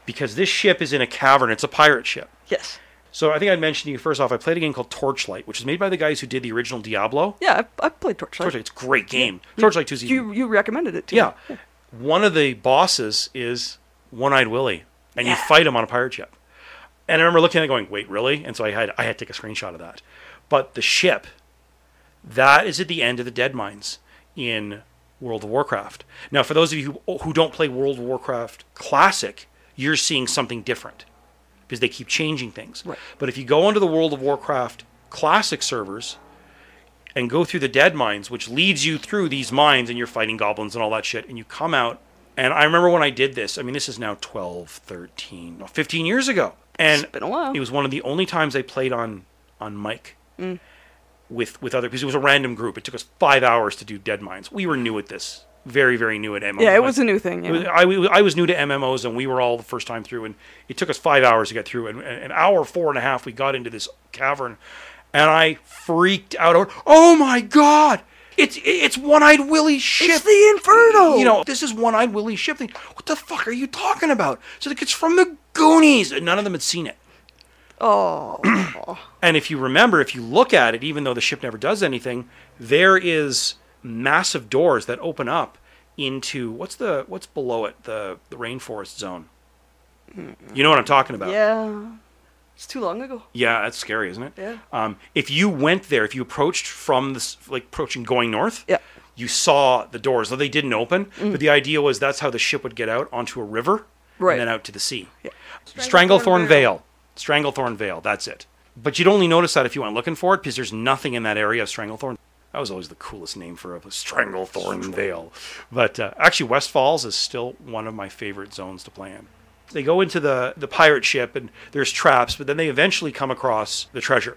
Speaker 1: because this ship is in a cavern. It's a pirate ship.
Speaker 2: Yes.
Speaker 1: So I think I mentioned to you first off, I played a game called Torchlight, which is made by the guys who did the original Diablo.
Speaker 2: Yeah, I, I played Torchlight.
Speaker 1: Torchlight, it's a great game. Torchlight 2's even
Speaker 2: You you recommended it to
Speaker 1: yeah.
Speaker 2: me.
Speaker 1: One of the bosses is One Eyed Willie, and you fight him on a pirate ship. And I remember looking at it going, wait, really? And so I had I had to take a screenshot of that. But the ship, that is at the end of the dead mines in World of Warcraft. Now, for those of you who, who don't play World of Warcraft Classic, you're seeing something different because they keep changing things.
Speaker 2: Right.
Speaker 1: But if you go onto the World of Warcraft Classic servers, and go through the dead mines, which leads you through these mines, and you're fighting goblins and all that shit, and you come out. And I remember when I did this, I mean, this is now 12, 13, no, 15 years ago. And
Speaker 2: It's been a while.
Speaker 1: it was one of the only times I played on on mic with with other because it was a random group. It took us five hours to do dead mines. We were new at this, very very new at MMOs.
Speaker 2: Yeah, it was a new thing,
Speaker 1: It was-
Speaker 2: yeah.
Speaker 1: I, we- I was new to MMOs, and we were all the first time through, and it took us five hours to get through. And and an hour four and a half, we got into this cavern, and I freaked out. over, Oh my god! It's it's one eyed Willy ship.
Speaker 2: It's the Inferno.
Speaker 1: You know, this is one eyed Willy ship thing. What the fuck are you talking about? So like, it's from the Goonies, and none of them had seen it.
Speaker 2: Oh.
Speaker 1: And if you remember, if you look at it, even though the ship never does anything, there is massive doors that open up into what's the what's below it the the rainforest zone. You know what I'm talking <clears throat> about?
Speaker 2: yeah. It's too long ago.
Speaker 1: Yeah, that's scary, isn't it?
Speaker 2: Yeah.
Speaker 1: Um, if you went there, if you approached from this, like approaching going north,
Speaker 2: Yeah. Mm.
Speaker 1: you saw the doors, though they didn't open. But the idea was that's how the ship would get out onto a river
Speaker 2: Right.
Speaker 1: and then out to the sea.
Speaker 2: Yeah.
Speaker 1: Stranglethorn Vale. Stranglethorn Vale, that's it. But you'd only notice that if you went looking for it because there's nothing in that area of Stranglethorn. That was always the coolest name for a Stranglethorn Vale. But uh, actually, West Falls is still one of my favorite zones to play in. They go into the, the pirate ship and there's traps, but then they eventually come across the treasure.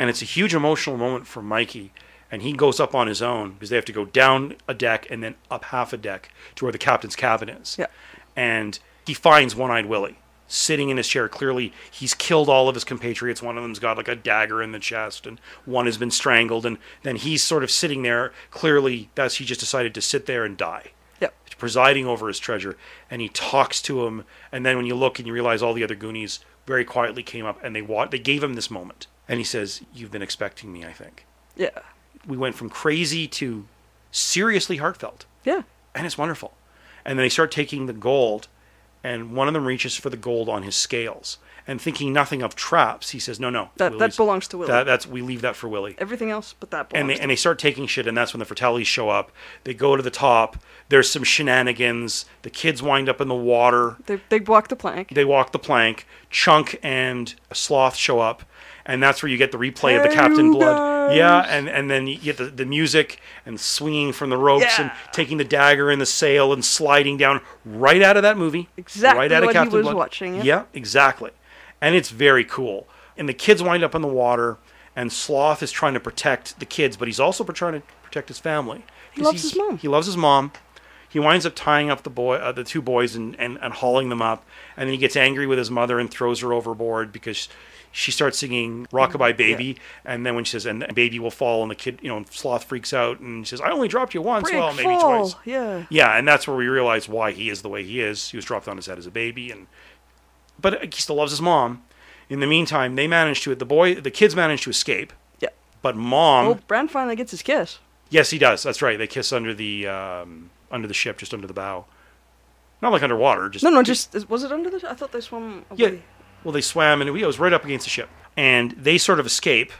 Speaker 1: And it's a huge emotional moment for Mikey. And he goes up on his own because they have to go down a deck and then up half a deck to where the captain's cabin is.
Speaker 2: Yeah.
Speaker 1: And he finds One Eyed Willie sitting in his chair. Clearly, he's killed all of his compatriots. One of them's got like a dagger in the chest, and one has been strangled. And then he's sort of sitting there. Clearly, that's he just decided to sit there and die
Speaker 2: Yep.
Speaker 1: presiding over his treasure, and he talks to him. And then when you look and you realize all the other Goonies very quietly came up and they wa- they gave him this moment, and he says, "You've been expecting me, I think."
Speaker 2: Yeah.
Speaker 1: We went from crazy to seriously heartfelt,
Speaker 2: Yeah.
Speaker 1: and it's wonderful. And then they start taking the gold, and one of them reaches for the gold on his scales, and thinking nothing of traps, he says, "No, no,
Speaker 2: That- that
Speaker 1: Willie's-
Speaker 2: belongs to Willie."
Speaker 1: That, that's we leave that for Willie."
Speaker 2: Everything else but that
Speaker 1: and
Speaker 2: belongs
Speaker 1: they,
Speaker 2: to-
Speaker 1: and they start taking shit, and that's when the Fratellis show up. They go to the top. There's some shenanigans. The kids wind up in the water.
Speaker 2: they they blocked the plank.
Speaker 1: They walk the plank. Chunk and Sloth show up, and that's where you get the replay of the
Speaker 2: Hey,
Speaker 1: Captain
Speaker 2: you
Speaker 1: Blood. Yeah,
Speaker 2: guys.
Speaker 1: and, and then you get the, the music and swinging from the ropes and
Speaker 2: Yeah.
Speaker 1: taking the dagger in the sail and sliding down right out of that movie.
Speaker 2: Exactly
Speaker 1: right out of
Speaker 2: what he
Speaker 1: Captain
Speaker 2: was
Speaker 1: Blood.
Speaker 2: watching, yeah.
Speaker 1: Yeah, exactly. And it's very cool. And the kids wind up in the water, and Sloth is trying to protect the kids, but he's also pr- trying to protect his family.
Speaker 2: He
Speaker 1: 'Cause
Speaker 2: loves his mom.
Speaker 1: He loves his mom. He winds up tying up the boy, uh, the two boys, and, and, and hauling them up. And then he gets angry with his mother and throws her overboard because she starts singing "Rockabye Baby." And then when she says, "And baby will fall," and the kid, you know, Sloth freaks out and says, "I only dropped you once,
Speaker 2: Break
Speaker 1: well, maybe
Speaker 2: fall.
Speaker 1: twice."
Speaker 2: Yeah.
Speaker 1: Yeah, and that's where we realize why he is the way he is. He was dropped on his head as a baby, and but he still loves his mom. In the meantime, they manage to the boy, the kids manage to escape,
Speaker 2: Yeah.
Speaker 1: but mom,
Speaker 2: Well, Bran finally gets his kiss.
Speaker 1: yes, he does. That's right. They kiss under the um, under the ship, just under the bow, not like underwater. Just
Speaker 2: No, no, just is- was it under the? I thought they swam
Speaker 1: yeah.
Speaker 2: away.
Speaker 1: Well, they swam and it was right up against the ship, and they sort of escape,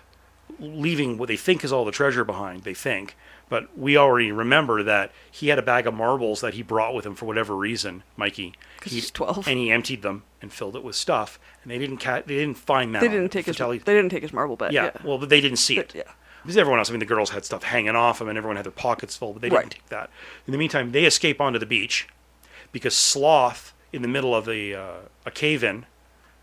Speaker 1: leaving what they think is all the treasure behind. They think, but we already remember that he had a bag of marbles that he brought with him for whatever reason, Mikey.
Speaker 2: 'Cause
Speaker 1: He-
Speaker 2: he's 12.
Speaker 1: and he emptied them and filled it with stuff, and they didn't ca- they didn't find that.
Speaker 2: They
Speaker 1: on
Speaker 2: didn't take his.
Speaker 1: Fratelli-
Speaker 2: They didn't take his marble back.
Speaker 1: yeah,
Speaker 2: Yeah.
Speaker 1: Well, but they didn't see it.
Speaker 2: But- yeah.
Speaker 1: Because everyone else, I mean, the girls had stuff hanging off them, and everyone had their pockets full, but they
Speaker 2: Right.
Speaker 1: didn't take that. In the meantime, they escape onto the beach because Sloth, in the middle of the uh, a cave-in.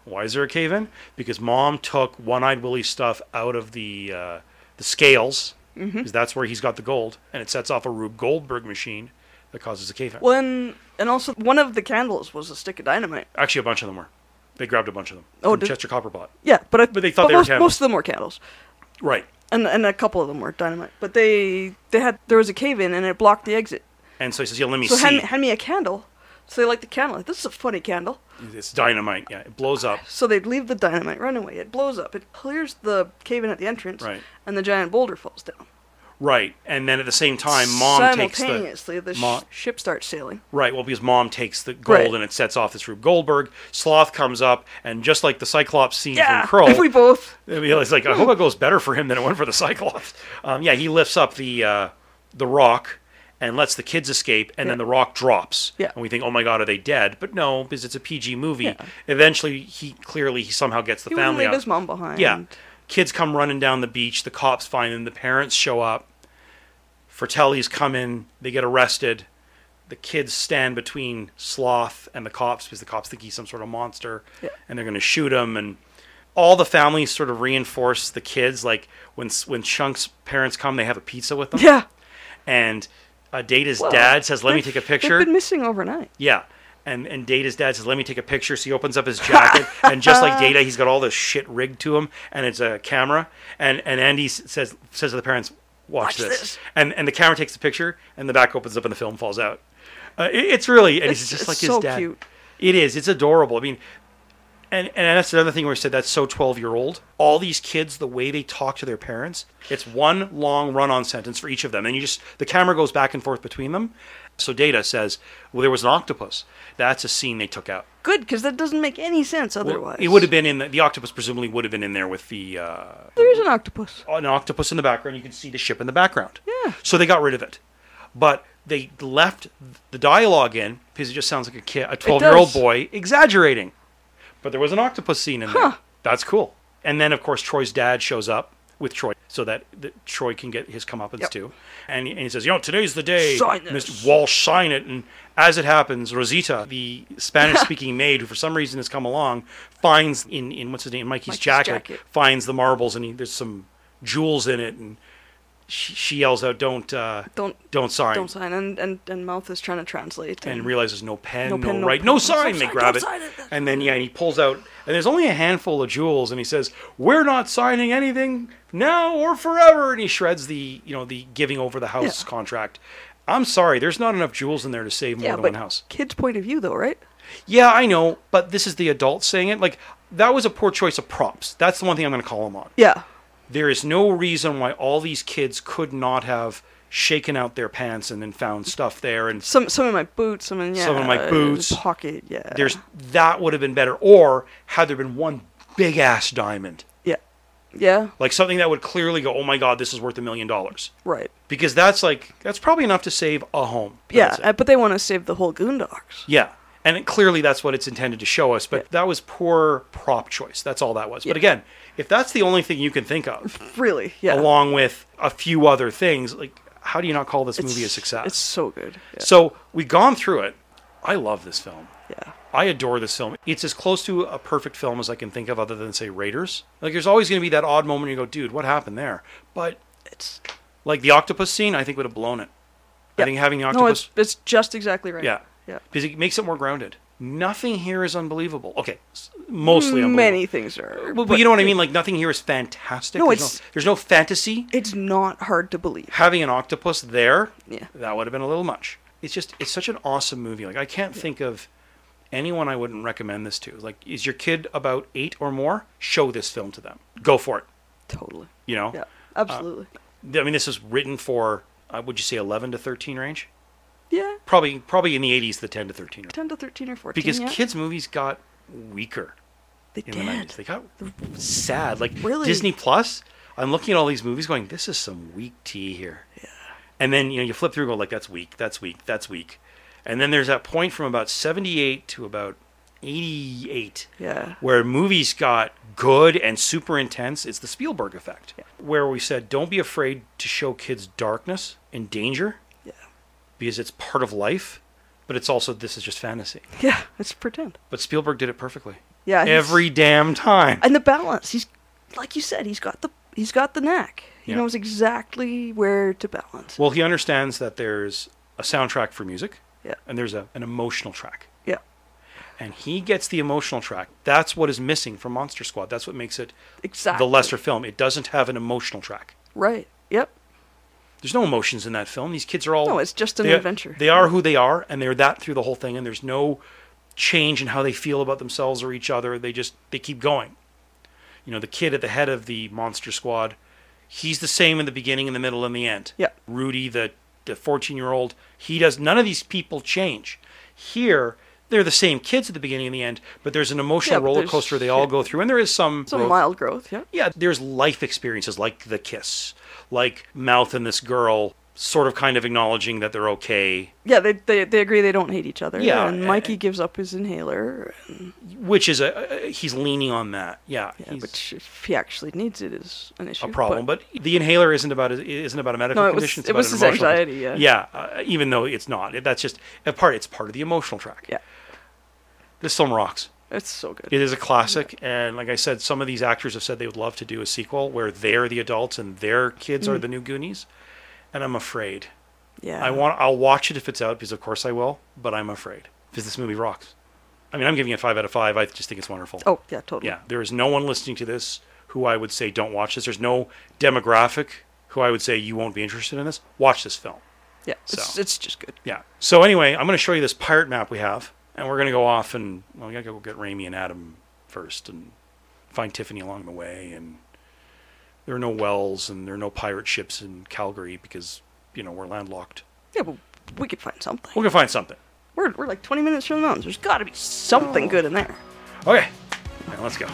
Speaker 1: Why is there a cave-in? Because Mom took One-Eyed Willie's stuff out of the uh, the scales, because
Speaker 2: Mm-hmm.
Speaker 1: that's where he's got the gold, and it sets off a Rube Goldberg machine that causes a cave-in.
Speaker 2: Well, and, and also one of the candles was a stick of dynamite.
Speaker 1: Actually, a bunch of them were. They grabbed a bunch of them.
Speaker 2: Oh,
Speaker 1: from
Speaker 2: did-
Speaker 1: Chester Copperbot.
Speaker 2: Yeah, but I,
Speaker 1: But they thought they were
Speaker 2: most,
Speaker 1: candles.
Speaker 2: most of them were candles,
Speaker 1: Right.
Speaker 2: and and a couple of them were dynamite. But they they had there was a cave in and it blocked the exit.
Speaker 1: And so he says, "Yeah, let me
Speaker 2: so
Speaker 1: see."
Speaker 2: hand, hand me a candle. So they light the candle. Like, this is a funny candle.
Speaker 1: it's dynamite. Yeah, it blows up.
Speaker 2: So they leave the dynamite runaway. It blows up. It clears the cave in at the entrance.
Speaker 1: Right.
Speaker 2: And the giant boulder falls down.
Speaker 1: Right, and then at the same time, mom takes the
Speaker 2: Simultaneously, the, sh-
Speaker 1: Mo-
Speaker 2: ship starts sailing.
Speaker 1: Right. Well, because mom takes the gold
Speaker 2: Right.
Speaker 1: and it sets off this Rube Goldberg. Sloth comes up, and just like the Cyclops scene
Speaker 2: Yeah,
Speaker 1: from Kroll,
Speaker 2: <laughs> we both.
Speaker 1: I mean, it's like I hope it goes better for him than it went for the Cyclops. Um, yeah, he lifts up the uh, the rock and lets the kids escape, and then the
Speaker 2: Yeah.
Speaker 1: rock drops.
Speaker 2: Yeah.
Speaker 1: And we think, oh my god, are they dead? But no, because it's a PG movie. Eventually, he clearly he somehow gets the
Speaker 2: He wouldn't
Speaker 1: family
Speaker 2: leave
Speaker 1: out.
Speaker 2: his mom behind.
Speaker 1: Yeah. Kids come running down the beach. The cops find them. The parents show up. Fratellis come in. They get arrested. The kids stand between Sloth and the cops because the cops think he's some sort of monster
Speaker 2: Yeah.
Speaker 1: and they're going to shoot him. And all the families sort of reinforce the kids. Like when when Chunk's parents come, they have a pizza with them.
Speaker 2: Yeah.
Speaker 1: And uh, Data's
Speaker 2: Well,
Speaker 1: dad says, "Let me
Speaker 2: they've-
Speaker 1: take a picture."
Speaker 2: They've been missing overnight.
Speaker 1: Yeah. And and Data's dad says, "Let me take a picture." So he opens up his jacket, and just like Data, he's got all this shit rigged to him, and it's a camera. And and Andy s- says says to the parents, "Watch,
Speaker 2: Watch
Speaker 1: this.
Speaker 2: this.
Speaker 1: And and the camera takes the picture, and the back opens up, and the film falls out. Uh, it- it's really and
Speaker 2: It's-
Speaker 1: he's just
Speaker 2: it's
Speaker 1: like
Speaker 2: so
Speaker 1: his dad.
Speaker 2: cute.
Speaker 1: It is. It's adorable. I mean, and and that's another thing where I said that's so twelve year old. All these kids, the way they talk to their parents, it's one long run on sentence for each of them, and you just the camera goes back and forth between them. So Data says, "Well, there was an octopus. That's a scene they took out.
Speaker 2: Good, because that doesn't make any sense
Speaker 1: Well,
Speaker 2: otherwise.
Speaker 1: it would have been in the, the octopus. Presumably, would have been in there with the uh,
Speaker 2: There is an octopus.
Speaker 1: an octopus in the background. You can see the ship in the background. Yeah. So they got rid of it, but they left the dialogue in because it just sounds like a kid, a twelve year old
Speaker 2: does.
Speaker 1: boy exaggerating. But there was an octopus scene in there. That's cool. And then of course Troy's dad shows up with Troy so that, that Troy can get his comeuppance
Speaker 2: Yep.
Speaker 1: too. And, and he says, you know, today's the day.
Speaker 2: Sign this.
Speaker 1: Mr. Walsh, sign it. And as it happens, Rosita, the
Speaker 2: <laughs>
Speaker 1: Spanish speaking maid who for some reason has come along, finds in, in what's his name, Mikey's,
Speaker 2: Mikey's
Speaker 1: jacket,
Speaker 2: jacket.
Speaker 1: finds the marbles and he, there's some jewels in it. And she, she yells out, don't, uh,
Speaker 2: Don't
Speaker 1: don't sign.
Speaker 2: don't sign. And and and mouth is trying to translate.
Speaker 1: and realizes no pen,
Speaker 2: No
Speaker 1: no,
Speaker 2: pen, no
Speaker 1: right,
Speaker 2: pen.
Speaker 1: no
Speaker 2: Don't
Speaker 1: sign. They
Speaker 2: sign,
Speaker 1: grab
Speaker 2: don't
Speaker 1: it,
Speaker 2: sign it.
Speaker 1: and then yeah, and he pulls out, and there's only a handful of jewels, and he says, "We're not signing anything now or forever." And he shreds the, you know, the giving over the house
Speaker 2: Yeah.
Speaker 1: contract. I'm sorry, there's not enough jewels in there to save more
Speaker 2: yeah,
Speaker 1: than
Speaker 2: but
Speaker 1: one house.
Speaker 2: kid's point of view though, right?
Speaker 1: Yeah, I know, but this is the adult saying it. Like that was a poor choice of props. That's the one thing I'm going to call him on.
Speaker 2: Yeah.
Speaker 1: There is no reason why all these kids could not have shaken out their pants and then found stuff there and
Speaker 2: Some some in my boots. Some in yeah.
Speaker 1: Some in my boots.
Speaker 2: Pocket. Yeah.
Speaker 1: there's that would have been better or had there been one big ass diamond
Speaker 2: yeah yeah
Speaker 1: like something that would clearly go oh my god this is worth a million dollars
Speaker 2: right.
Speaker 1: because that's like that's probably enough to save a home
Speaker 2: Yeah,
Speaker 1: That's it.
Speaker 2: uh, but they want to save the whole Goondocks.
Speaker 1: yeah and it- clearly that's what it's intended to show us but that was poor prop choice that's all that was but again if that's the only thing you can think of
Speaker 2: Really? <laughs> Yeah.
Speaker 1: along with a few other things like how do you not call this movie a success
Speaker 2: It's so good. Yeah.
Speaker 1: so we've gone through it i love this film
Speaker 2: yeah.
Speaker 1: I adore this film. It's as close to a perfect film as I can think of, other than say Raiders. Like, there's always going to be that odd moment where you go, "Dude, what happened there?" But
Speaker 2: It's
Speaker 1: like the octopus scene, I think would have blown it. I
Speaker 2: Yeah.
Speaker 1: think having the
Speaker 2: no, it's
Speaker 1: octopus,
Speaker 2: it's just exactly right.
Speaker 1: yeah,
Speaker 2: Yeah.
Speaker 1: because it makes it more grounded. Nothing here is unbelievable. Okay, s- mostly unbelievable.
Speaker 2: Many things are.
Speaker 1: Well, but you know what I mean. Like nothing here is fantastic.
Speaker 2: No,
Speaker 1: there's
Speaker 2: it's-
Speaker 1: no, there's no fantasy.
Speaker 2: It's not hard to believe.
Speaker 1: Having an octopus there,
Speaker 2: Yeah.
Speaker 1: that would have been a little much. It's just it's such an awesome movie. Like I can't think of anyone I wouldn't recommend this to. Like is your kid about 8 or more? Show this film to them. Go for it,
Speaker 2: Totally.
Speaker 1: you know?
Speaker 2: Yeah. Absolutely.
Speaker 1: I mean this is written for uh, would you say 11 to 13 range?
Speaker 2: yeah.
Speaker 1: Probably probably in the 80s the 10 to 13 range.
Speaker 2: Ten to thirteen or fourteen.
Speaker 1: Because
Speaker 2: yeah.
Speaker 1: kids movies got weaker
Speaker 2: they
Speaker 1: in
Speaker 2: did.
Speaker 1: the 90s. They got sad. Like
Speaker 2: Really?
Speaker 1: Disney Plus, I'm looking at all these movies going this is some weak tea here. Yeah. And then you know you flip through and go like that's weak, that's weak, that's weak. And then there's that point from about 78 to about 88
Speaker 2: Yeah.
Speaker 1: where movies got good and super intense. It's the Spielberg effect. Where we said don't be afraid to show kids darkness and danger
Speaker 2: Yeah.
Speaker 1: because it's part of life, but it's also this is just fantasy.
Speaker 2: Yeah. It's pretend.
Speaker 1: But Spielberg did it perfectly.
Speaker 2: Yeah. he's-
Speaker 1: Every damn time.
Speaker 2: and the balance. He's like you said. He's got the he's got the knack. He
Speaker 1: Yeah.
Speaker 2: knows exactly where to balance.
Speaker 1: Well, he understands that there's a soundtrack for music
Speaker 2: Yeah.
Speaker 1: and there's a, an emotional track.
Speaker 2: Yeah.
Speaker 1: And he gets the emotional track. That's what is missing from Monster Squad. That's what makes it
Speaker 2: Exactly.
Speaker 1: the lesser film. It doesn't have an emotional track.
Speaker 2: Right. Yep.
Speaker 1: There's no emotions in that film. These kids are all
Speaker 2: No, it's just an
Speaker 1: they-
Speaker 2: adventure.
Speaker 1: They are who they are, and they're that through the whole thing. And there's no change in how they feel about themselves or each other. They just they keep going. You know, the kid at the head of the monster squad, he's the same in the beginning, in the middle, and the end.
Speaker 2: Yep.
Speaker 1: Rudy, the the 14 year old, he does none of these people change. Here, they're the same kids at the beginning and the end, but there's an emotional
Speaker 2: Yeah, but
Speaker 1: roller
Speaker 2: there's-
Speaker 1: coaster they all
Speaker 2: yeah.
Speaker 1: go through, and there is some
Speaker 2: Some
Speaker 1: growth.
Speaker 2: mild growth, yeah.
Speaker 1: Yeah, there's life experiences like the kiss, like Mouth and this girl sort of kind of acknowledging that they're okay,
Speaker 2: Yeah, they, they, they agree they don't hate each other.
Speaker 1: Yeah,
Speaker 2: And
Speaker 1: a-
Speaker 2: Mikey gives up his inhaler. uh, And,
Speaker 1: which is a, a- he's leaning on that. Yeah,
Speaker 2: yeah,
Speaker 1: he's
Speaker 2: which, if he actually needs it, is an issue.
Speaker 1: a problem. But, the inhaler isn't about a, isn't about a medical
Speaker 2: No, it was-
Speaker 1: condition. it's
Speaker 2: it
Speaker 1: about
Speaker 2: was
Speaker 1: an
Speaker 2: his
Speaker 1: emotional-
Speaker 2: anxiety, yeah.
Speaker 1: Yeah, uh, even though it's not. It- That's just a part. It's part of the emotional track.
Speaker 2: Yeah.
Speaker 1: This film rocks.
Speaker 2: It's so good.
Speaker 1: It is a classic, and like I said, some of these actors have said they would love to do a sequel where they're the adults and their kids are
Speaker 2: Mm.
Speaker 1: the new Goonies. And I'm afraid.
Speaker 2: Yeah.
Speaker 1: I want. I'll watch it if it's out because, of course, I will. But I'm afraid because this movie rocks. I mean, I'm giving it five out of five. I just think it's wonderful.
Speaker 2: Oh, yeah, totally.
Speaker 1: Yeah, there is no one listening to this who I would say don't watch this. There's no demographic who I would say you won't be interested in this. Watch this film.
Speaker 2: Yeah, it's,
Speaker 1: So.
Speaker 2: it's just good.
Speaker 1: Yeah. So anyway, I'm going to show you this pirate map we have, and we're going to go off and well, we got to go get Ramy and Adam first, and find Tiffany along the way. And there are no wells, and there are no pirate ships in Calgary because you know we're landlocked.
Speaker 2: Yeah, but we could find something.
Speaker 1: We're going to find something. Oh.
Speaker 2: We're, we're like 20 minutes from the mountains. There's got to be something good in there.
Speaker 1: Okay. Now let's go.